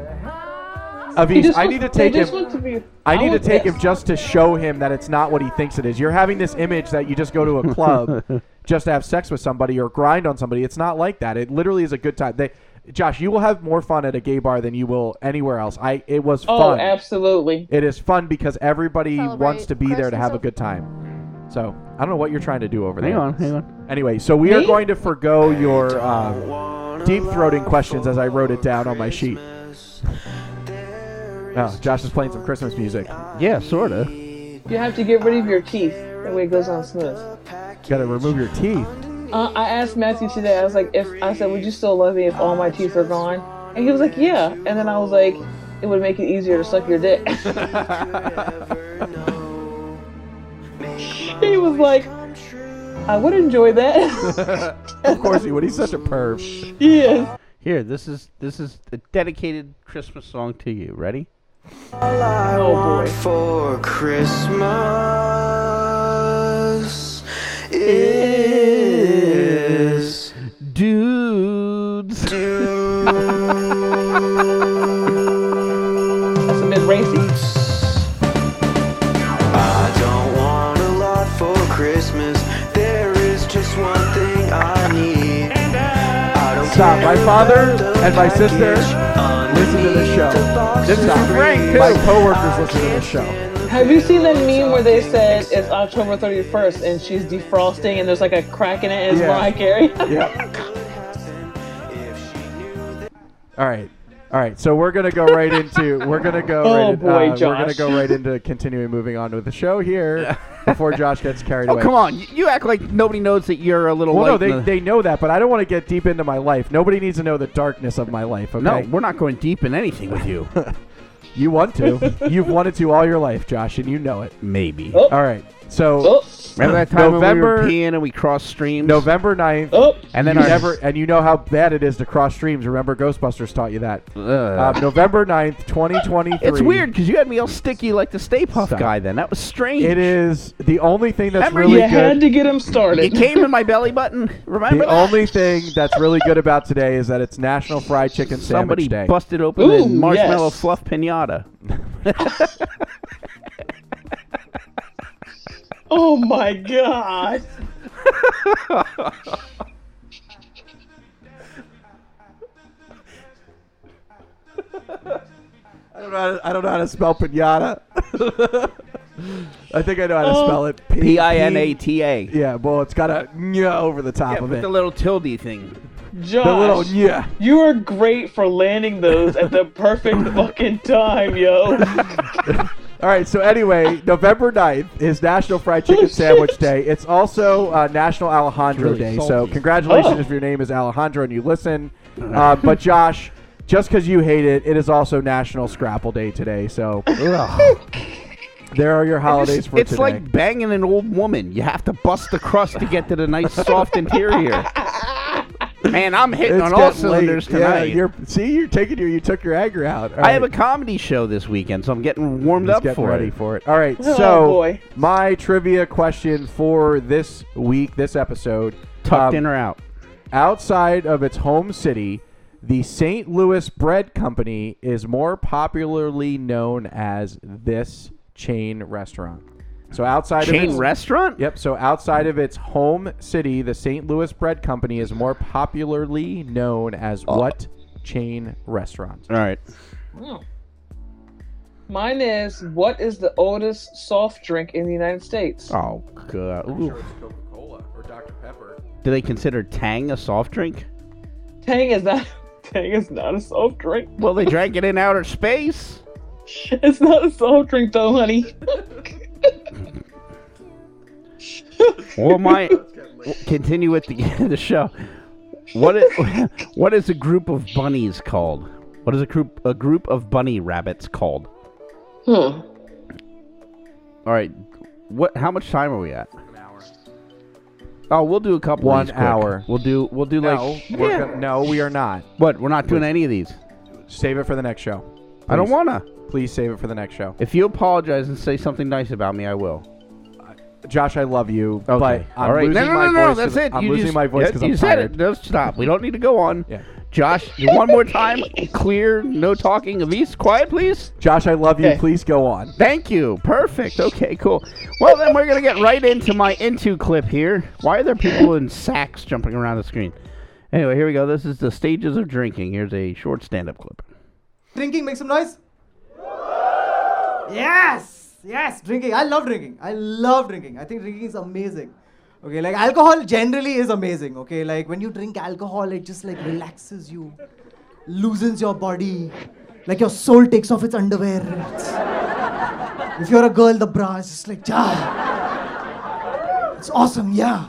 Speaker 7: He
Speaker 6: Avish,
Speaker 7: just
Speaker 6: I
Speaker 7: wants-
Speaker 6: need to
Speaker 7: they
Speaker 6: take
Speaker 7: just
Speaker 6: him.
Speaker 7: want to be-
Speaker 6: I need to
Speaker 7: was
Speaker 6: take him
Speaker 7: pissed.
Speaker 6: just to show him that it's not what he thinks it is. You're having this image that you just go to a club just to have sex with somebody or grind on somebody. It's not like that. It literally is a good time. They, Josh, you will have more fun at a gay bar than you will anywhere else. I it was
Speaker 7: Oh,
Speaker 6: fun.
Speaker 7: absolutely.
Speaker 6: It is fun because everybody
Speaker 8: Celebrate
Speaker 6: wants to be there to
Speaker 8: Christmas
Speaker 6: have a
Speaker 8: over-
Speaker 6: good time. So I don't know what you're trying to do over
Speaker 4: Hang
Speaker 6: there.
Speaker 4: on, hang on.
Speaker 6: Anyway, so we are
Speaker 7: Me?
Speaker 6: going to forego your um, deep throating questions as I wrote it down on my sheet. Oh, Josh is playing some Christmas music.
Speaker 4: Yeah, sorta.
Speaker 7: You have to get rid of your teeth. That way it goes on smooth.
Speaker 6: Gotta remove your teeth.
Speaker 7: Uh, I asked Matthew today. I was like, if I said, would you still love me if all my teeth are gone? And he was like, yeah. And then I was like, it would make it easier to suck your dick. he was like, I would enjoy that.
Speaker 6: Of course he would. He's such a perv.
Speaker 7: yes.
Speaker 4: Here, this is this is a dedicated Christmas song to you. Ready?
Speaker 7: Oh boy.
Speaker 1: For Christmas is
Speaker 4: Dudes.
Speaker 7: That's a bit racy.
Speaker 1: I don't want a lot for Christmas. There is just one thing I need. I don't
Speaker 6: Stop. My
Speaker 1: care
Speaker 6: father
Speaker 1: about the
Speaker 6: and my sister
Speaker 1: package
Speaker 6: listen to this show.
Speaker 1: This
Speaker 6: Stop. My coworkers listen to this show.
Speaker 7: Have you seen that meme where they said it's October 31st and she's defrosting and there's like a crack in it and it's
Speaker 6: Yeah.
Speaker 7: Mariah Carey?
Speaker 6: Yeah. All right. All right, so we're gonna go right into we're gonna go
Speaker 7: Oh,
Speaker 6: right in-
Speaker 7: boy,
Speaker 6: uh, we're gonna
Speaker 7: Josh.
Speaker 6: go right into continuing moving on with the show here before Josh gets carried
Speaker 4: Oh
Speaker 6: away.
Speaker 4: come on! You- You act like nobody knows that you're a little.
Speaker 6: Well, no,
Speaker 4: light
Speaker 6: they,
Speaker 4: in the-
Speaker 6: they know that, but I don't want to get deep into my life. Nobody needs to know the darkness of my life. Okay,
Speaker 4: No, we're not going deep in anything with you.
Speaker 6: you want to. You've wanted to all your life, Josh, and you know it.
Speaker 4: Maybe.
Speaker 7: Oh.
Speaker 6: All right, so
Speaker 7: Oh,
Speaker 4: Remember that time
Speaker 6: November-
Speaker 4: when we were peeing and we crossed streams?
Speaker 6: November 9th,
Speaker 7: oh.
Speaker 4: And
Speaker 6: and
Speaker 4: then
Speaker 6: you
Speaker 4: our
Speaker 6: never, and you know how bad it is to cross streams. Remember, Ghostbusters taught you that.
Speaker 4: Ugh.
Speaker 6: Um, November 9th, 2023.
Speaker 4: Uh, it's weird because you had me all sticky like the Stay Puff
Speaker 6: Stop.
Speaker 4: guy. Then that was strange.
Speaker 6: It is the only thing that's
Speaker 4: Remember,
Speaker 6: really
Speaker 7: you
Speaker 6: good.
Speaker 7: had to get him
Speaker 4: It
Speaker 7: started.
Speaker 4: came in my belly button. Remember
Speaker 6: the
Speaker 4: that?
Speaker 6: only thing that's really good about today is that it's National Fried Chicken
Speaker 4: Somebody
Speaker 6: Sandwich Day.
Speaker 4: busted open
Speaker 7: Ooh,
Speaker 4: a marshmallow
Speaker 7: yes.
Speaker 4: fluff pinata.
Speaker 7: Oh my god.
Speaker 6: I don't know how to, I don't know how to spell pinata. I think I know how to
Speaker 7: Oh.
Speaker 6: spell it. P-
Speaker 4: P I N A T A.
Speaker 6: Yeah, well, it's got a nya over the top
Speaker 4: Yeah,
Speaker 6: of
Speaker 4: with
Speaker 6: it.
Speaker 4: the little tilde thing.
Speaker 7: Josh,
Speaker 6: The little nya.
Speaker 7: you are great for landing those at the perfect fucking time, yo.
Speaker 6: All right, so anyway, November 9th is National Fried Chicken Sandwich Day. It's also uh, National Alejandro
Speaker 4: It's really
Speaker 6: Day, so
Speaker 4: salty.
Speaker 6: congratulations
Speaker 7: Oh.
Speaker 6: if your name is Alejandro and you listen. Uh, but Josh, just because you hate it, it is also National Scrapple Day today, so there are your holidays
Speaker 4: It's,
Speaker 6: for
Speaker 4: it's
Speaker 6: today.
Speaker 4: like banging an old woman. You have to bust the crust to get to the nice soft interior. Man, I'm hitting
Speaker 6: It's
Speaker 4: on all
Speaker 6: getting late.
Speaker 4: cylinders tonight.
Speaker 6: Yeah, you're, see, you're taking your, you took your anger out. All
Speaker 4: I have a
Speaker 6: right.
Speaker 4: comedy show this weekend, so I'm getting warmed
Speaker 6: He's
Speaker 4: up
Speaker 6: getting
Speaker 4: for
Speaker 6: ready
Speaker 4: it.
Speaker 6: for it. All right,
Speaker 7: Oh,
Speaker 6: so
Speaker 7: boy.
Speaker 6: my trivia question for this week, this episode,
Speaker 4: Tucked
Speaker 6: um,
Speaker 4: in or out?
Speaker 6: outside of its home city, the St. Louis Bread Company is more popularly known as this chain restaurant. So outside of
Speaker 4: Chain
Speaker 6: its,
Speaker 4: restaurant?
Speaker 6: Yep. So outside of its home city, the St. Louis Bread Company is more popularly known as
Speaker 4: Oh.
Speaker 6: what chain restaurant?
Speaker 4: All right.
Speaker 7: Mine is what is the oldest soft drink in the United States?
Speaker 4: Oh god. Ooh.
Speaker 6: Coca-Cola or Dr. Pepper.
Speaker 4: Do they consider Tang a soft drink?
Speaker 7: Tang is not Tang is not a soft drink.
Speaker 4: Well, they drank it in outer space.
Speaker 7: It's not a soft drink though, honey.
Speaker 4: Well, my continue with the the show. What is, what is a group of bunnies called? What is a group a group of bunny rabbits called?
Speaker 7: Hmm.
Speaker 4: All right, what? How much time are we at? An hour. Oh, we'll do a couple. of
Speaker 6: One
Speaker 4: these quick.
Speaker 6: hour.
Speaker 4: We'll do we'll do
Speaker 6: No,
Speaker 4: like
Speaker 6: we're
Speaker 4: Yeah.
Speaker 6: gonna, no, we are not.
Speaker 4: What? We're not doing any of these.
Speaker 6: Save it for the next show.
Speaker 4: I don't
Speaker 6: Please.
Speaker 4: wanna.
Speaker 6: Please save it for the next show.
Speaker 4: If you apologize and say something nice about me, I will.
Speaker 6: Josh, I love you,
Speaker 4: Okay.
Speaker 6: but I'm
Speaker 4: All right.
Speaker 6: losing
Speaker 4: no, no,
Speaker 6: my
Speaker 4: no, no,
Speaker 6: voice.
Speaker 4: That's
Speaker 6: 'cause
Speaker 4: it.
Speaker 6: I'm
Speaker 4: you
Speaker 6: losing
Speaker 4: just,
Speaker 6: my voice
Speaker 4: yeah,
Speaker 6: because
Speaker 4: you
Speaker 6: I'm
Speaker 4: said
Speaker 6: tired.
Speaker 4: it. No, stop. We don't need to go on.
Speaker 6: Yeah.
Speaker 4: Josh, you- one more time. Clear. No talking. Elise, quiet, please.
Speaker 6: Josh, I love you.
Speaker 7: Okay.
Speaker 6: Please go on.
Speaker 4: Thank you. Perfect. Okay, cool. Well, then we're gonna get right into my into clip here. Why are there people in sacks jumping around the screen? Anyway, here we go. This is the stages of drinking. Here's a short stand-up clip.
Speaker 8: Drinking, make some noise. Yes, yes, drinking. I love drinking. I love drinking. I think drinking is amazing. Okay, like alcohol generally is amazing. Okay, like when you drink alcohol, it just like relaxes you, loosens your body, like your soul takes off its underwear. It's- if you're Ah, a girl, the bra is just like, yeah. It's awesome, yeah.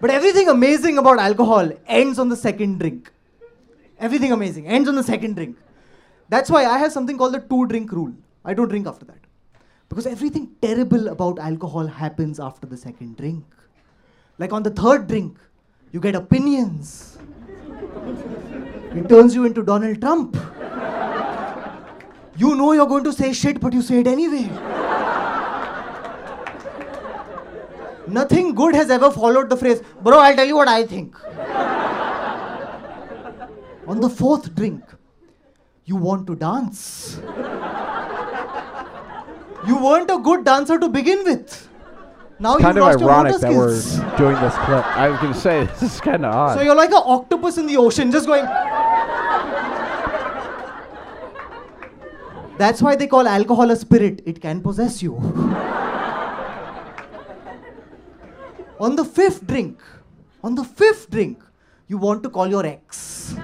Speaker 8: But everything amazing about alcohol ends on the second drink. Everything amazing ends on the second drink. That's why I have something called the two drink rule. I don't drink after that. Because everything terrible about alcohol happens after the second drink. Like on the third drink, you get opinions. It turns you into Donald Trump. You know you're going to say shit, but you say it anyway. Nothing good has ever followed the phrase, bro, I'll tell you what I think. on the fourth drink, you want to dance. you weren't a good dancer to begin with.
Speaker 4: Oh,
Speaker 8: Now
Speaker 6: Kind
Speaker 8: you've
Speaker 6: of
Speaker 8: lost your motor
Speaker 6: ironic that we're
Speaker 8: skills.
Speaker 6: doing this clip.
Speaker 4: I was gonna say this is kind of
Speaker 8: So
Speaker 4: odd.
Speaker 8: you're like an octopus in the ocean, just going. That's why they call alcohol a spirit. It can possess you. on the fifth drink, on the fifth drink, you want to call your ex.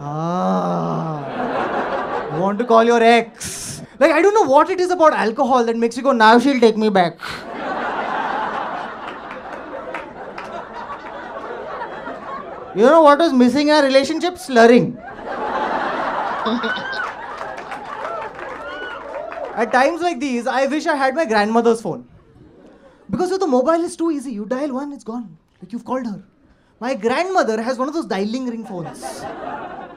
Speaker 8: Ah. You want to call your ex. Like, I don't know what it is about alcohol that makes you go, now she'll take me back. You know what was missing in our relationship? Slurring. At times like these, I wish I had my grandmother's phone. Because with the mobile, it's too easy. You dial one, it's gone. Like you've called her. My grandmother has one of those dialing ring phones.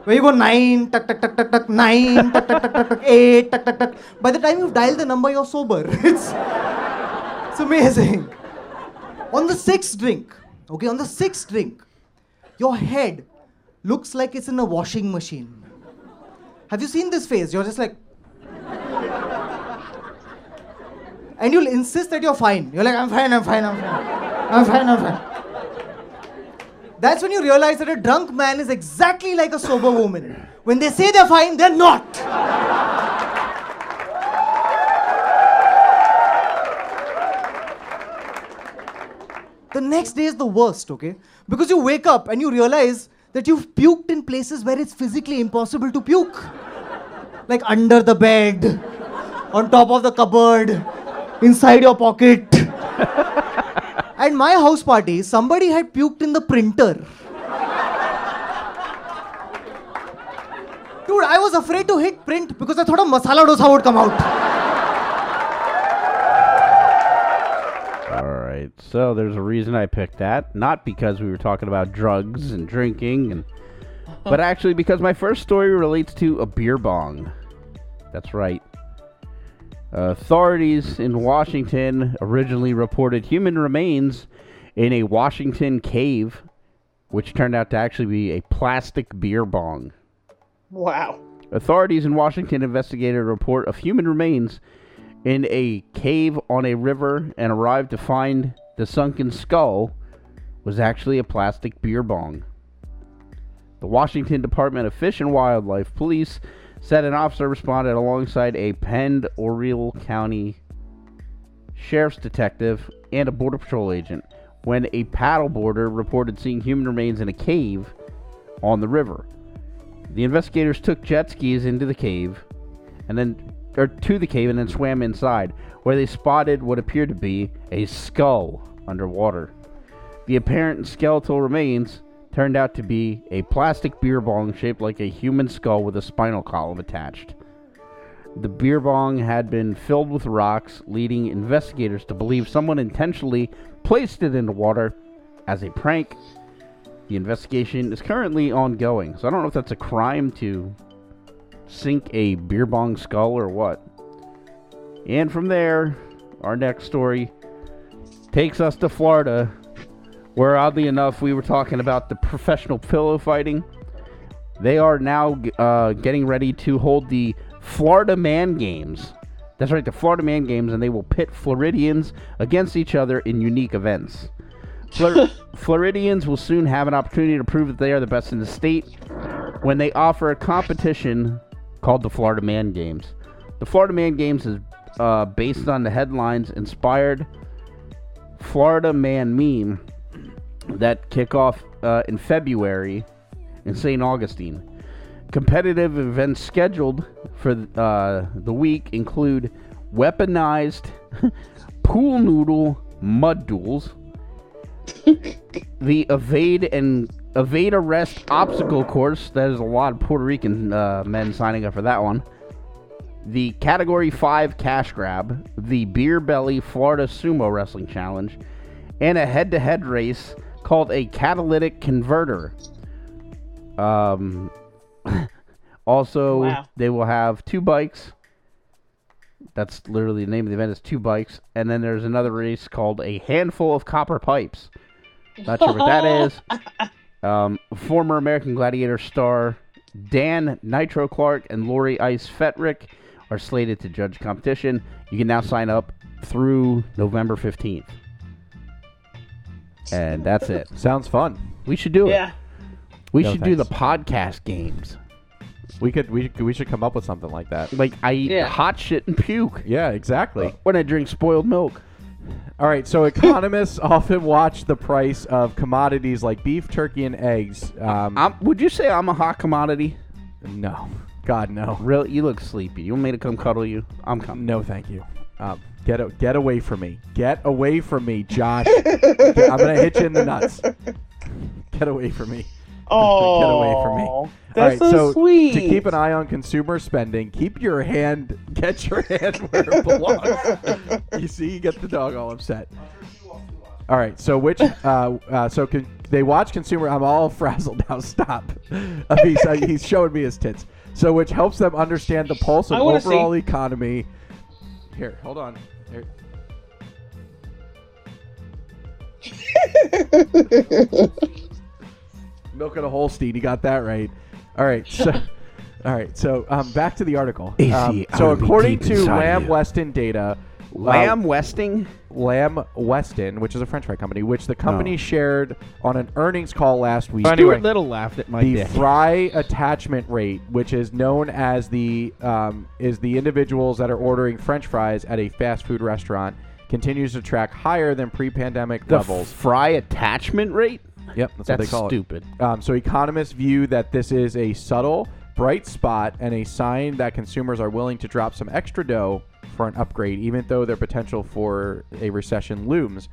Speaker 8: Where you go nine, tuck, tuck, tuck, tuck, tuck, nine, tuck, tuck, tuck, tuck, tuck, eight, tuck, tuck, tuck. By the time you've dialed the number, you're sober. It's, it's amazing. On the sixth drink, okay, on the sixth drink, your head looks like it's in a washing machine. Have you seen this face? You're just like. And you'll insist that you're fine. You're like, I'm fine, I'm fine, I'm fine. I'm fine, I'm fine. That's when you realize that a drunk man is exactly like a sober woman. When they say they're fine, they're not. The next day is the worst, okay? Because you wake up and you realize that you've puked in places where it's physically impossible to puke. Like under the bed, on top of the cupboard, inside your pocket. At my house party, somebody had puked in the printer. Dude, I was afraid to hit print because I thought a masala dosa would come out.
Speaker 4: All right, so there's a reason I picked that, not because we were talking about drugs and drinking, and but actually because my first story relates to a beer bong. That's right. Authorities in Washington originally reported human remains in a Washington cave, which turned out to actually be a plastic beer bong.
Speaker 7: Wow.
Speaker 4: Authorities in Washington investigated a report of human remains in a cave on a river and arrived to find the sunken skull was actually a plastic beer bong. The Washington Department of Fish and Wildlife Police said an officer responded alongside a Pend Oriel County sheriff's detective and a border patrol agent when a paddleboarder reported seeing human remains in a cave on the river. The investigators took jet skis into the cave and then or to the cave and then swam inside, where they spotted what appeared to be a skull underwater. The apparent and skeletal remains turned out to be a plastic beer bong shaped like a human skull with a spinal column attached. The beer bong had been filled with rocks, leading investigators to believe someone intentionally placed it in the water as a prank. The investigation is currently ongoing, so I don't know if that's a crime to sink a beer bong skull or what. And from there, our next story takes us to Florida, where oddly enough, we were talking about the professional pillow fighting. They are now uh, getting ready to hold the Florida Man Games. That's right, the Florida Man Games, and they will pit Floridians against each other in unique events. Flor- Floridians will soon have an opportunity to prove that they are the best in the state when they offer a competition called the Florida Man Games. The Florida Man Games is uh, based on the headlines inspired Florida Man meme that kick off uh, in February in St. Augustine. Competitive events scheduled for uh, the week include weaponized pool noodle mud duels, the evade and evade arrest obstacle course. There's a lot of Puerto Rican uh, men signing up for that one. The category five cash grab, the beer belly Florida sumo wrestling challenge, and a head-to-head race called a catalytic converter. Um, also,
Speaker 7: Wow.
Speaker 4: they will have two bikes. That's literally the name of the event is two bikes, and then there's another race called a handful of copper pipes. Not sure what that is. Um, former American Gladiator star Dan Nitro Clark and Lori Ice Fetrick are slated to judge competition. You can now sign up through November 15th. And that's it.
Speaker 6: Sounds fun.
Speaker 4: We should do it.
Speaker 7: Yeah.
Speaker 4: We
Speaker 6: No,
Speaker 4: should do the podcast games.
Speaker 6: We could we we should come up with something like that.
Speaker 4: Like I eat
Speaker 7: Yeah.
Speaker 4: hot shit and puke
Speaker 6: Yeah, exactly.
Speaker 4: when I drink spoiled milk.
Speaker 6: All right, so economists often watch the price of commodities like beef, turkey, and eggs. Um,
Speaker 4: I'm, would you say I'm a hot commodity?
Speaker 6: no, God, no,
Speaker 4: Really, you look sleepy. You want me to come cuddle you? I'm coming.
Speaker 6: no, thank you. Um, get a, get away from me. Get away from me, Josh. I'm gonna hit you in the nuts. Get away from me.
Speaker 7: Oh,
Speaker 6: Get away from me.
Speaker 7: That's
Speaker 6: All right,
Speaker 7: so,
Speaker 6: so
Speaker 7: sweet.
Speaker 6: To keep an eye on consumer spending, keep your hand, get your hand where it belongs. you see, you get the dog all upset. All right, so which, uh, uh, so can they watch consumer? I'm all frazzled now. Stop. Uh, he's, uh, he's showing me his tits. So which helps them understand the pulse of
Speaker 7: I wanna see.
Speaker 6: overall economy. Here, hold on. Here. Milk of a Holstein, you got that right. All right, so all right, so um, back to the article.
Speaker 4: Easy,
Speaker 6: Um,
Speaker 4: I
Speaker 6: so
Speaker 4: will be
Speaker 6: according
Speaker 4: deep
Speaker 6: to
Speaker 4: inside
Speaker 6: Lamb
Speaker 4: you.
Speaker 6: Weston data, uh,
Speaker 4: Lamb Westing.
Speaker 6: Lamb Weston, which is a French fry company, which the
Speaker 4: Oh.
Speaker 6: company shared on an earnings call last week.
Speaker 4: Stuart Little laughed at my
Speaker 6: the
Speaker 4: dick.
Speaker 6: fry attachment rate, which is known as the um, is the individuals that are ordering French fries at a fast food restaurant, continues to track higher than pre-pandemic
Speaker 4: the
Speaker 6: levels.
Speaker 4: fry attachment rate?
Speaker 6: Yep, that's, what
Speaker 4: That's
Speaker 6: they call it.
Speaker 4: stupid.
Speaker 6: Um, so economists view that this is a subtle, bright spot and a sign that consumers are willing to drop some extra dough for an upgrade, even though their potential for a recession looms.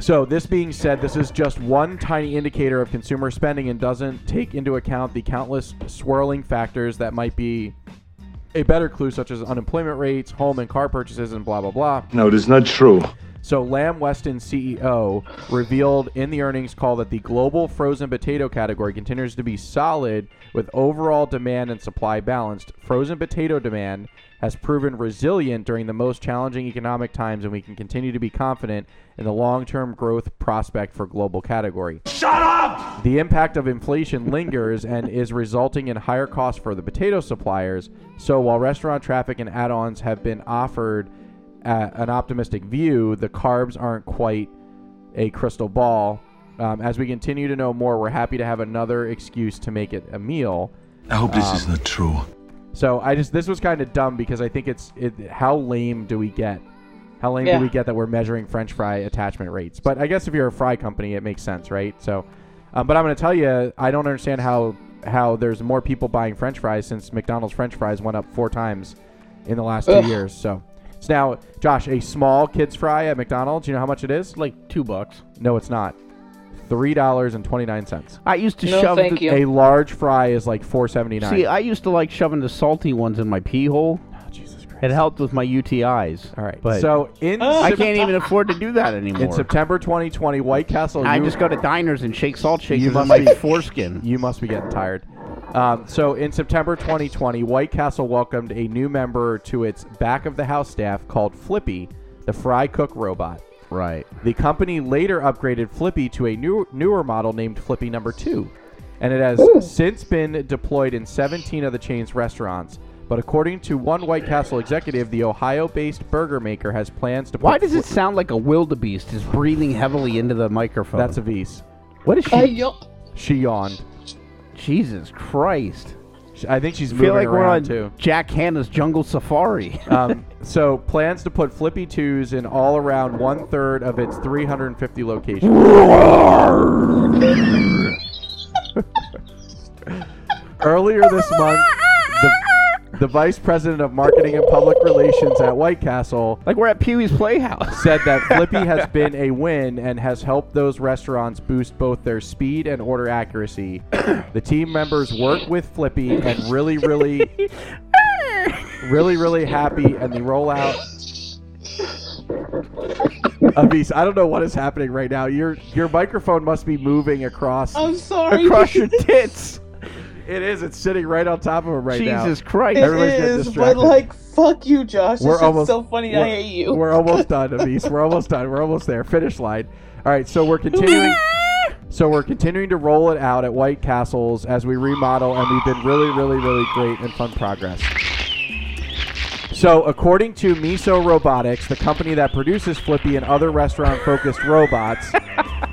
Speaker 6: So, this being said, this is just one tiny indicator of consumer spending and doesn't take into account the countless swirling factors that might be a better clue, such as unemployment rates, home and car purchases, and blah, blah, blah.
Speaker 1: No, it is not true.
Speaker 6: So Lamb Weston CEO revealed in the earnings call that the global frozen potato category continues to be solid with overall demand and supply balanced. Frozen potato demand has proven resilient during the most challenging economic times and we can continue to be confident in the long-term growth prospect for global category. The impact of inflation lingers and is resulting in higher costs for the potato suppliers. So while restaurant traffic and add-ons have been offered uh, an optimistic view, the carbs aren't quite a crystal ball. Um, as we continue to know more, we're happy to have another excuse to make it a meal. Um,
Speaker 1: I hope this is not true.
Speaker 6: So I just this was kind of dumb because I think it's it, how lame do we get? How lame
Speaker 7: Yeah.
Speaker 6: do we get that we're measuring French fry attachment rates? But I guess if you're a fry company, it makes sense, right? So Um, but I'm going to tell you, I don't understand how how there's more people buying French fries since McDonald's French fries went up four times in the last two years. So it's now, Josh, a small kids fry at McDonald's. You know how much it is?
Speaker 4: Like two bucks.
Speaker 6: No, it's not. Three dollars and twenty nine cents.
Speaker 4: I used to
Speaker 7: No,
Speaker 4: shove.
Speaker 7: thank
Speaker 4: the,
Speaker 7: you.
Speaker 6: A large fry is like four seventy nine. Oh,
Speaker 4: See, I used to like shoving the salty ones in my pee hole.
Speaker 6: Jesus Christ.
Speaker 4: It helped with my UTIs.
Speaker 6: All right.
Speaker 4: but
Speaker 6: so in
Speaker 4: I
Speaker 6: Sep-
Speaker 4: can't even afford to do that
Speaker 6: in
Speaker 4: anymore.
Speaker 6: September 2020, White Castle.
Speaker 4: I
Speaker 6: you-
Speaker 4: just go to diners and shake salt
Speaker 6: You
Speaker 4: shakers on
Speaker 6: must
Speaker 4: my
Speaker 6: be-
Speaker 4: foreskin.
Speaker 6: You must be getting tired. Um, so in September 2020, White Castle welcomed a new member to its back of the house staff called Flippy, the fry cook robot.
Speaker 4: Right.
Speaker 6: The company later upgraded Flippy to a new, newer model named Flippy Number Two, and it has since been deployed in 17 of the chain's restaurants. But according to one White Castle executive, the Ohio-based burger maker has plans to. put
Speaker 4: Why does
Speaker 6: Fli-
Speaker 4: it sound like a wildebeest is breathing heavily into the microphone?
Speaker 6: That's a V's.
Speaker 4: what is she?
Speaker 6: She yawned.
Speaker 4: Jesus Christ!
Speaker 6: She- I think she's
Speaker 4: I
Speaker 6: moving
Speaker 4: feel like we're on
Speaker 6: around too.
Speaker 4: Jack Hanna's Jungle Safari.
Speaker 6: Um, so plans to put Flippy Twos in all around one third of its 350 locations. Earlier this month, the, the vice president of marketing and public relations at White Castle
Speaker 4: like we're at Pee Wee's Playhouse.
Speaker 6: said that Flippy has been a win and has helped those restaurants boost both their speed and order accuracy. the team members work with Flippy and really, really, really, really happy, and the rollout. of these I don't know what is happening right now. Your your microphone must be moving across.
Speaker 7: I'm sorry.
Speaker 4: Across your tits.
Speaker 6: It is. It's sitting right on top of him right now.
Speaker 4: Jesus Christ.
Speaker 7: It
Speaker 6: Everybody's getting
Speaker 7: is, but
Speaker 6: distracted.
Speaker 7: like, fuck you, Josh.
Speaker 6: We're
Speaker 7: This
Speaker 6: almost-
Speaker 7: is so funny.
Speaker 6: we're-
Speaker 7: I hate you.
Speaker 6: We're almost done, Avise. We're almost done. We're almost there. Finish line. All right, so we're continuing. So we're continuing to roll it out at White Castles as we remodel, and we've been really, really, really great and fun progress. So, according to Miso Robotics, the company that produces Flippy and other restaurant-focused robots,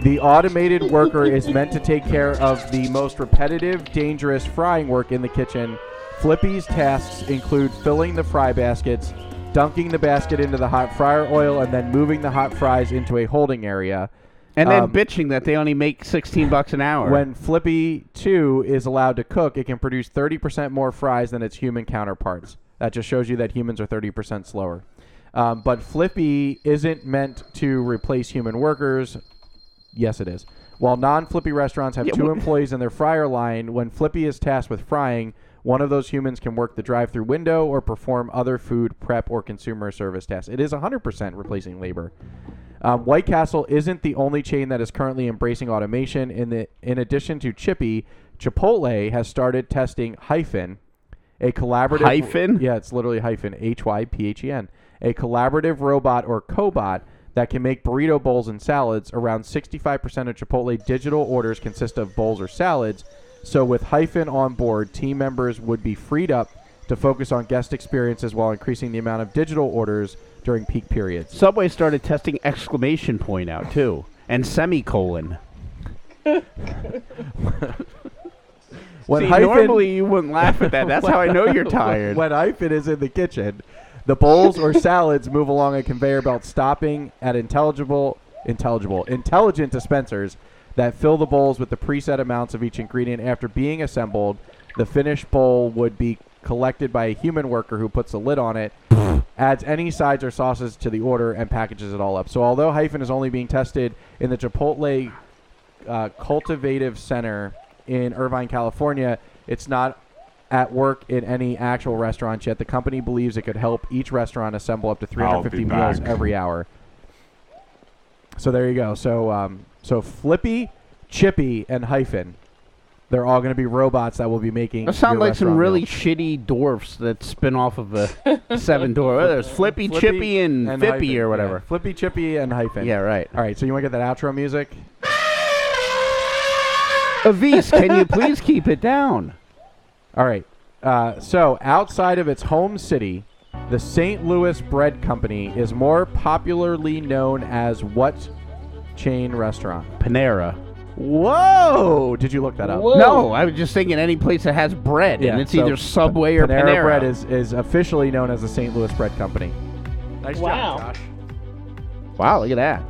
Speaker 6: the automated worker is meant to take care of the most repetitive, dangerous frying work in the kitchen. Flippy's tasks include filling the fry baskets, dunking the basket into the hot fryer oil, and then moving the hot fries into a holding area.
Speaker 4: And then
Speaker 6: Um,
Speaker 4: bitching that they only make 16 bucks an hour.
Speaker 6: When Flippy 2 is allowed to cook, it can produce 30% more fries than its human counterparts. That just shows you that humans are 30% slower. Um, but Flippy isn't meant to replace human workers. Yes, it is. While non Flippy restaurants have two employees in their fryer line, when Flippy is tasked with frying, one of those humans can work the drive through window or perform other food prep or consumer service tasks. It is 100% replacing labor. Um, White Castle isn't the only chain that is currently embracing automation. In the in addition to Chippy, Chipotle has started testing Hyphen, a collaborative
Speaker 4: Hyphen?
Speaker 6: Yeah, it's literally Hyphen H Y P H E N, a collaborative robot or cobot that can make burrito bowls and salads. Around 65% of Chipotle digital orders consist of bowls or salads. So with Hyphen on board, team members would be freed up to focus on guest experiences while increasing the amount of digital orders during peak periods.
Speaker 4: Subway started testing exclamation point out, too, and semicolon.
Speaker 6: When
Speaker 4: See,
Speaker 6: Hyphen-
Speaker 4: normally you wouldn't laugh at that. That's how I know you're tired.
Speaker 6: When hyphen is in the kitchen, the bowls or salads move along a conveyor belt, stopping at intelligible, intelligible, intelligent dispensers that fill the bowls with the preset amounts of each ingredient. After being assembled, the finished bowl would be collected by a human worker who puts a lid on it, adds any sides or sauces to the order, and packages it all up. So, although hyphen is only being tested in the Chipotle uh, cultivative center in Irvine, California. It's not at work in any actual restaurant yet. The company believes it could help each restaurant assemble up to 350 meals every hour. So there you go. So um, so Flippy, Chippy, and Hyphen, they're all going to be robots that will be making.
Speaker 4: That sound
Speaker 6: your
Speaker 4: like some
Speaker 6: restaurant
Speaker 4: really
Speaker 6: meals.
Speaker 4: shitty dwarfs that spin off of a seven door. Well, there's Flippy, Chippy, and,
Speaker 6: Hyphen,
Speaker 4: Fippy
Speaker 6: yeah.
Speaker 4: or whatever.
Speaker 6: Flippy, Chippy, and Hyphen.
Speaker 4: Yeah, right.
Speaker 6: All right. So you want to get that outro music?
Speaker 4: Avise, can you please keep it down?
Speaker 6: All right. Uh, so, outside of its home city, the St. Louis Bread Company is more popularly known as what chain restaurant?
Speaker 4: Panera.
Speaker 6: Whoa! Did you look that up?
Speaker 7: Whoa.
Speaker 4: No, I was just thinking any place that has bread,
Speaker 6: Yeah,
Speaker 4: and it's
Speaker 6: so
Speaker 4: either Subway or
Speaker 6: Panera,
Speaker 4: Panera.
Speaker 6: Bread is, is officially known as the St. Louis Bread Company. Nice
Speaker 7: Wow.
Speaker 6: job, Josh.
Speaker 4: wow, look at that.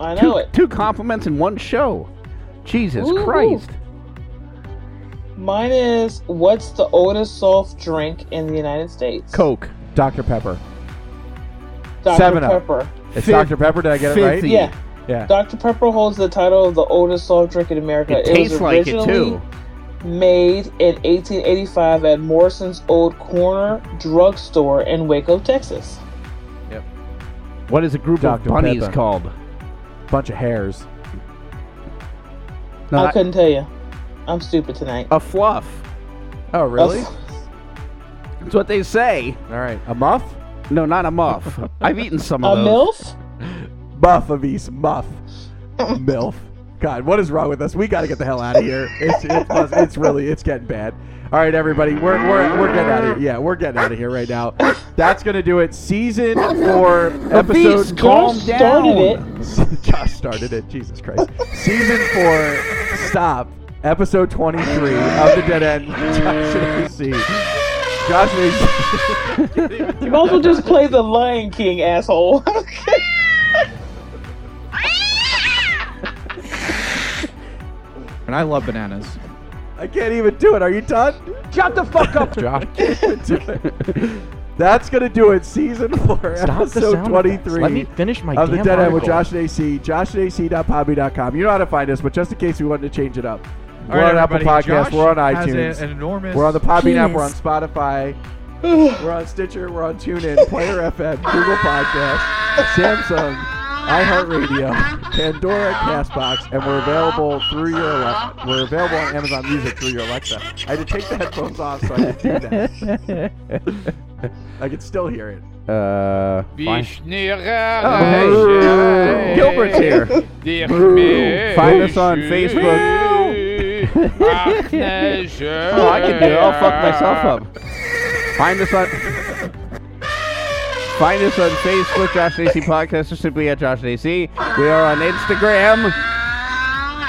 Speaker 7: I
Speaker 4: Two,
Speaker 7: know it.
Speaker 4: two compliments in one show. Jesus
Speaker 7: Ooh.
Speaker 4: Christ.
Speaker 7: Mine is what's the oldest soft drink in the United States?
Speaker 4: Coke.
Speaker 6: Dr. Pepper.
Speaker 7: Dr.
Speaker 6: 7-Up.
Speaker 7: Pepper.
Speaker 6: It's
Speaker 4: Fif-
Speaker 6: Dr. Pepper. Did I get it right?
Speaker 4: fifty.
Speaker 7: Yeah.
Speaker 6: Yeah.
Speaker 7: Dr. Pepper holds the title of the oldest soft drink in America.
Speaker 4: It tastes
Speaker 7: was
Speaker 4: like it
Speaker 7: originally
Speaker 4: too.
Speaker 7: Made in 1885 at Morrison's Old Corner Drug Store in Waco, Texas.
Speaker 4: What is a group
Speaker 6: Dr.
Speaker 4: of bunnies
Speaker 6: Pepper.
Speaker 4: called?
Speaker 6: Bunch of hairs.
Speaker 4: No,
Speaker 7: I couldn't tell you. I'm stupid tonight.
Speaker 4: a fluff.
Speaker 6: Oh, really?
Speaker 4: That's what they say.
Speaker 6: All right. A muff?
Speaker 4: No, not a muff. I've eaten some
Speaker 7: A
Speaker 4: of those.
Speaker 7: MILF?
Speaker 6: Buff of East. Muff. MILF. God, what is wrong with us? We got to get the hell out of here. It's, it's, buzz- it's really, it's getting bad. All right, everybody, we're, we're, we're getting out of here. Yeah, we're getting out of here right now. That's going to do it. Season four,
Speaker 4: Beast,
Speaker 6: episode.
Speaker 4: calm
Speaker 7: Josh
Speaker 4: down.
Speaker 7: started it.
Speaker 6: Josh started it. Jesus Christ. Season four, stop. Episode 23 of The Dead End. Josh and AC. Josh and AC.
Speaker 7: You might as well just play the Lion King, asshole.
Speaker 11: And I love bananas.
Speaker 6: I can't even do it. Are you done?
Speaker 2: Shut the fuck up, Josh.
Speaker 6: That's gonna do it. Season four,
Speaker 2: Stop the
Speaker 6: episode
Speaker 2: sound effects.
Speaker 6: twenty-three.
Speaker 2: Let me finish my
Speaker 6: of the
Speaker 2: damn
Speaker 6: dead end with
Speaker 2: article.
Speaker 6: Josh and AC. JoshandAC.podbean.com. You know how to find us, but just in case we wanted to change it up,
Speaker 11: All
Speaker 6: we're
Speaker 11: right,
Speaker 6: on Apple Podcasts.
Speaker 11: everybody, Josh
Speaker 6: we're on
Speaker 11: has
Speaker 6: iTunes.
Speaker 11: a- an enormous
Speaker 6: we're on the Podbean app. We're on Spotify. we're on Stitcher. We're on TuneIn, Player FM, Google Podcast, Samsung, iHeartRadio, Pandora, Castbox, and we're available through your Alexa. We're available on Amazon Music through your Alexa. I had to take the headphones off so I could do that. I could still hear it.
Speaker 4: Uh, Oh,
Speaker 11: hey.
Speaker 4: Gilbert's here. Find us on Facebook. oh, I can do it. I'll fuck myself up. Find us on. Find us on Facebook, Josh and AC Podcast, or simply at Josh and AC. We are on Instagram.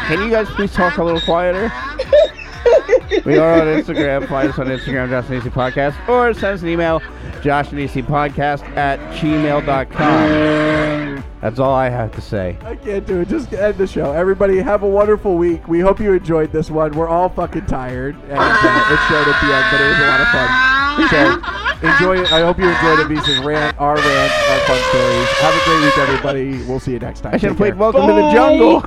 Speaker 4: Can you guys please talk a little quieter? we are on Instagram. Find us on Instagram, Josh and AC Podcast, or send us an email, Josh and AC Podcast at gmail.com. That's all I have to say.
Speaker 6: I can't do it. Just end the show. Everybody, have a wonderful week. We hope you enjoyed this one. We're all fucking tired, and uh, it showed at the end, but it was a lot of fun. So enjoy. I hope you enjoyed Avisa's rant, our rant, our fun stories. Have a great week, everybody. We'll see you next time.
Speaker 4: I should have
Speaker 6: Take
Speaker 4: played
Speaker 6: care.
Speaker 4: Welcome to the
Speaker 7: Bye.
Speaker 4: Jungle.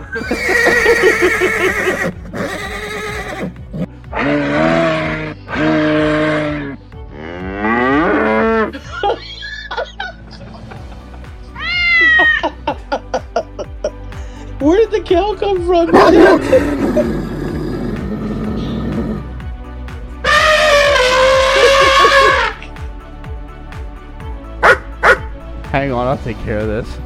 Speaker 7: Where did the cow come from?
Speaker 4: Hang on, I'll take care of this.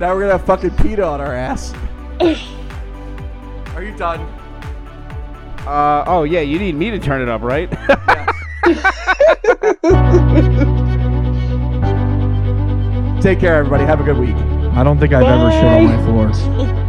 Speaker 6: Now we're gonna have fucking PETA on our ass. Are you done?
Speaker 4: Uh, oh yeah, you need me to turn it up, right?
Speaker 6: Take care, everybody. Have a good week.
Speaker 11: I don't think I've ever shit on my floor.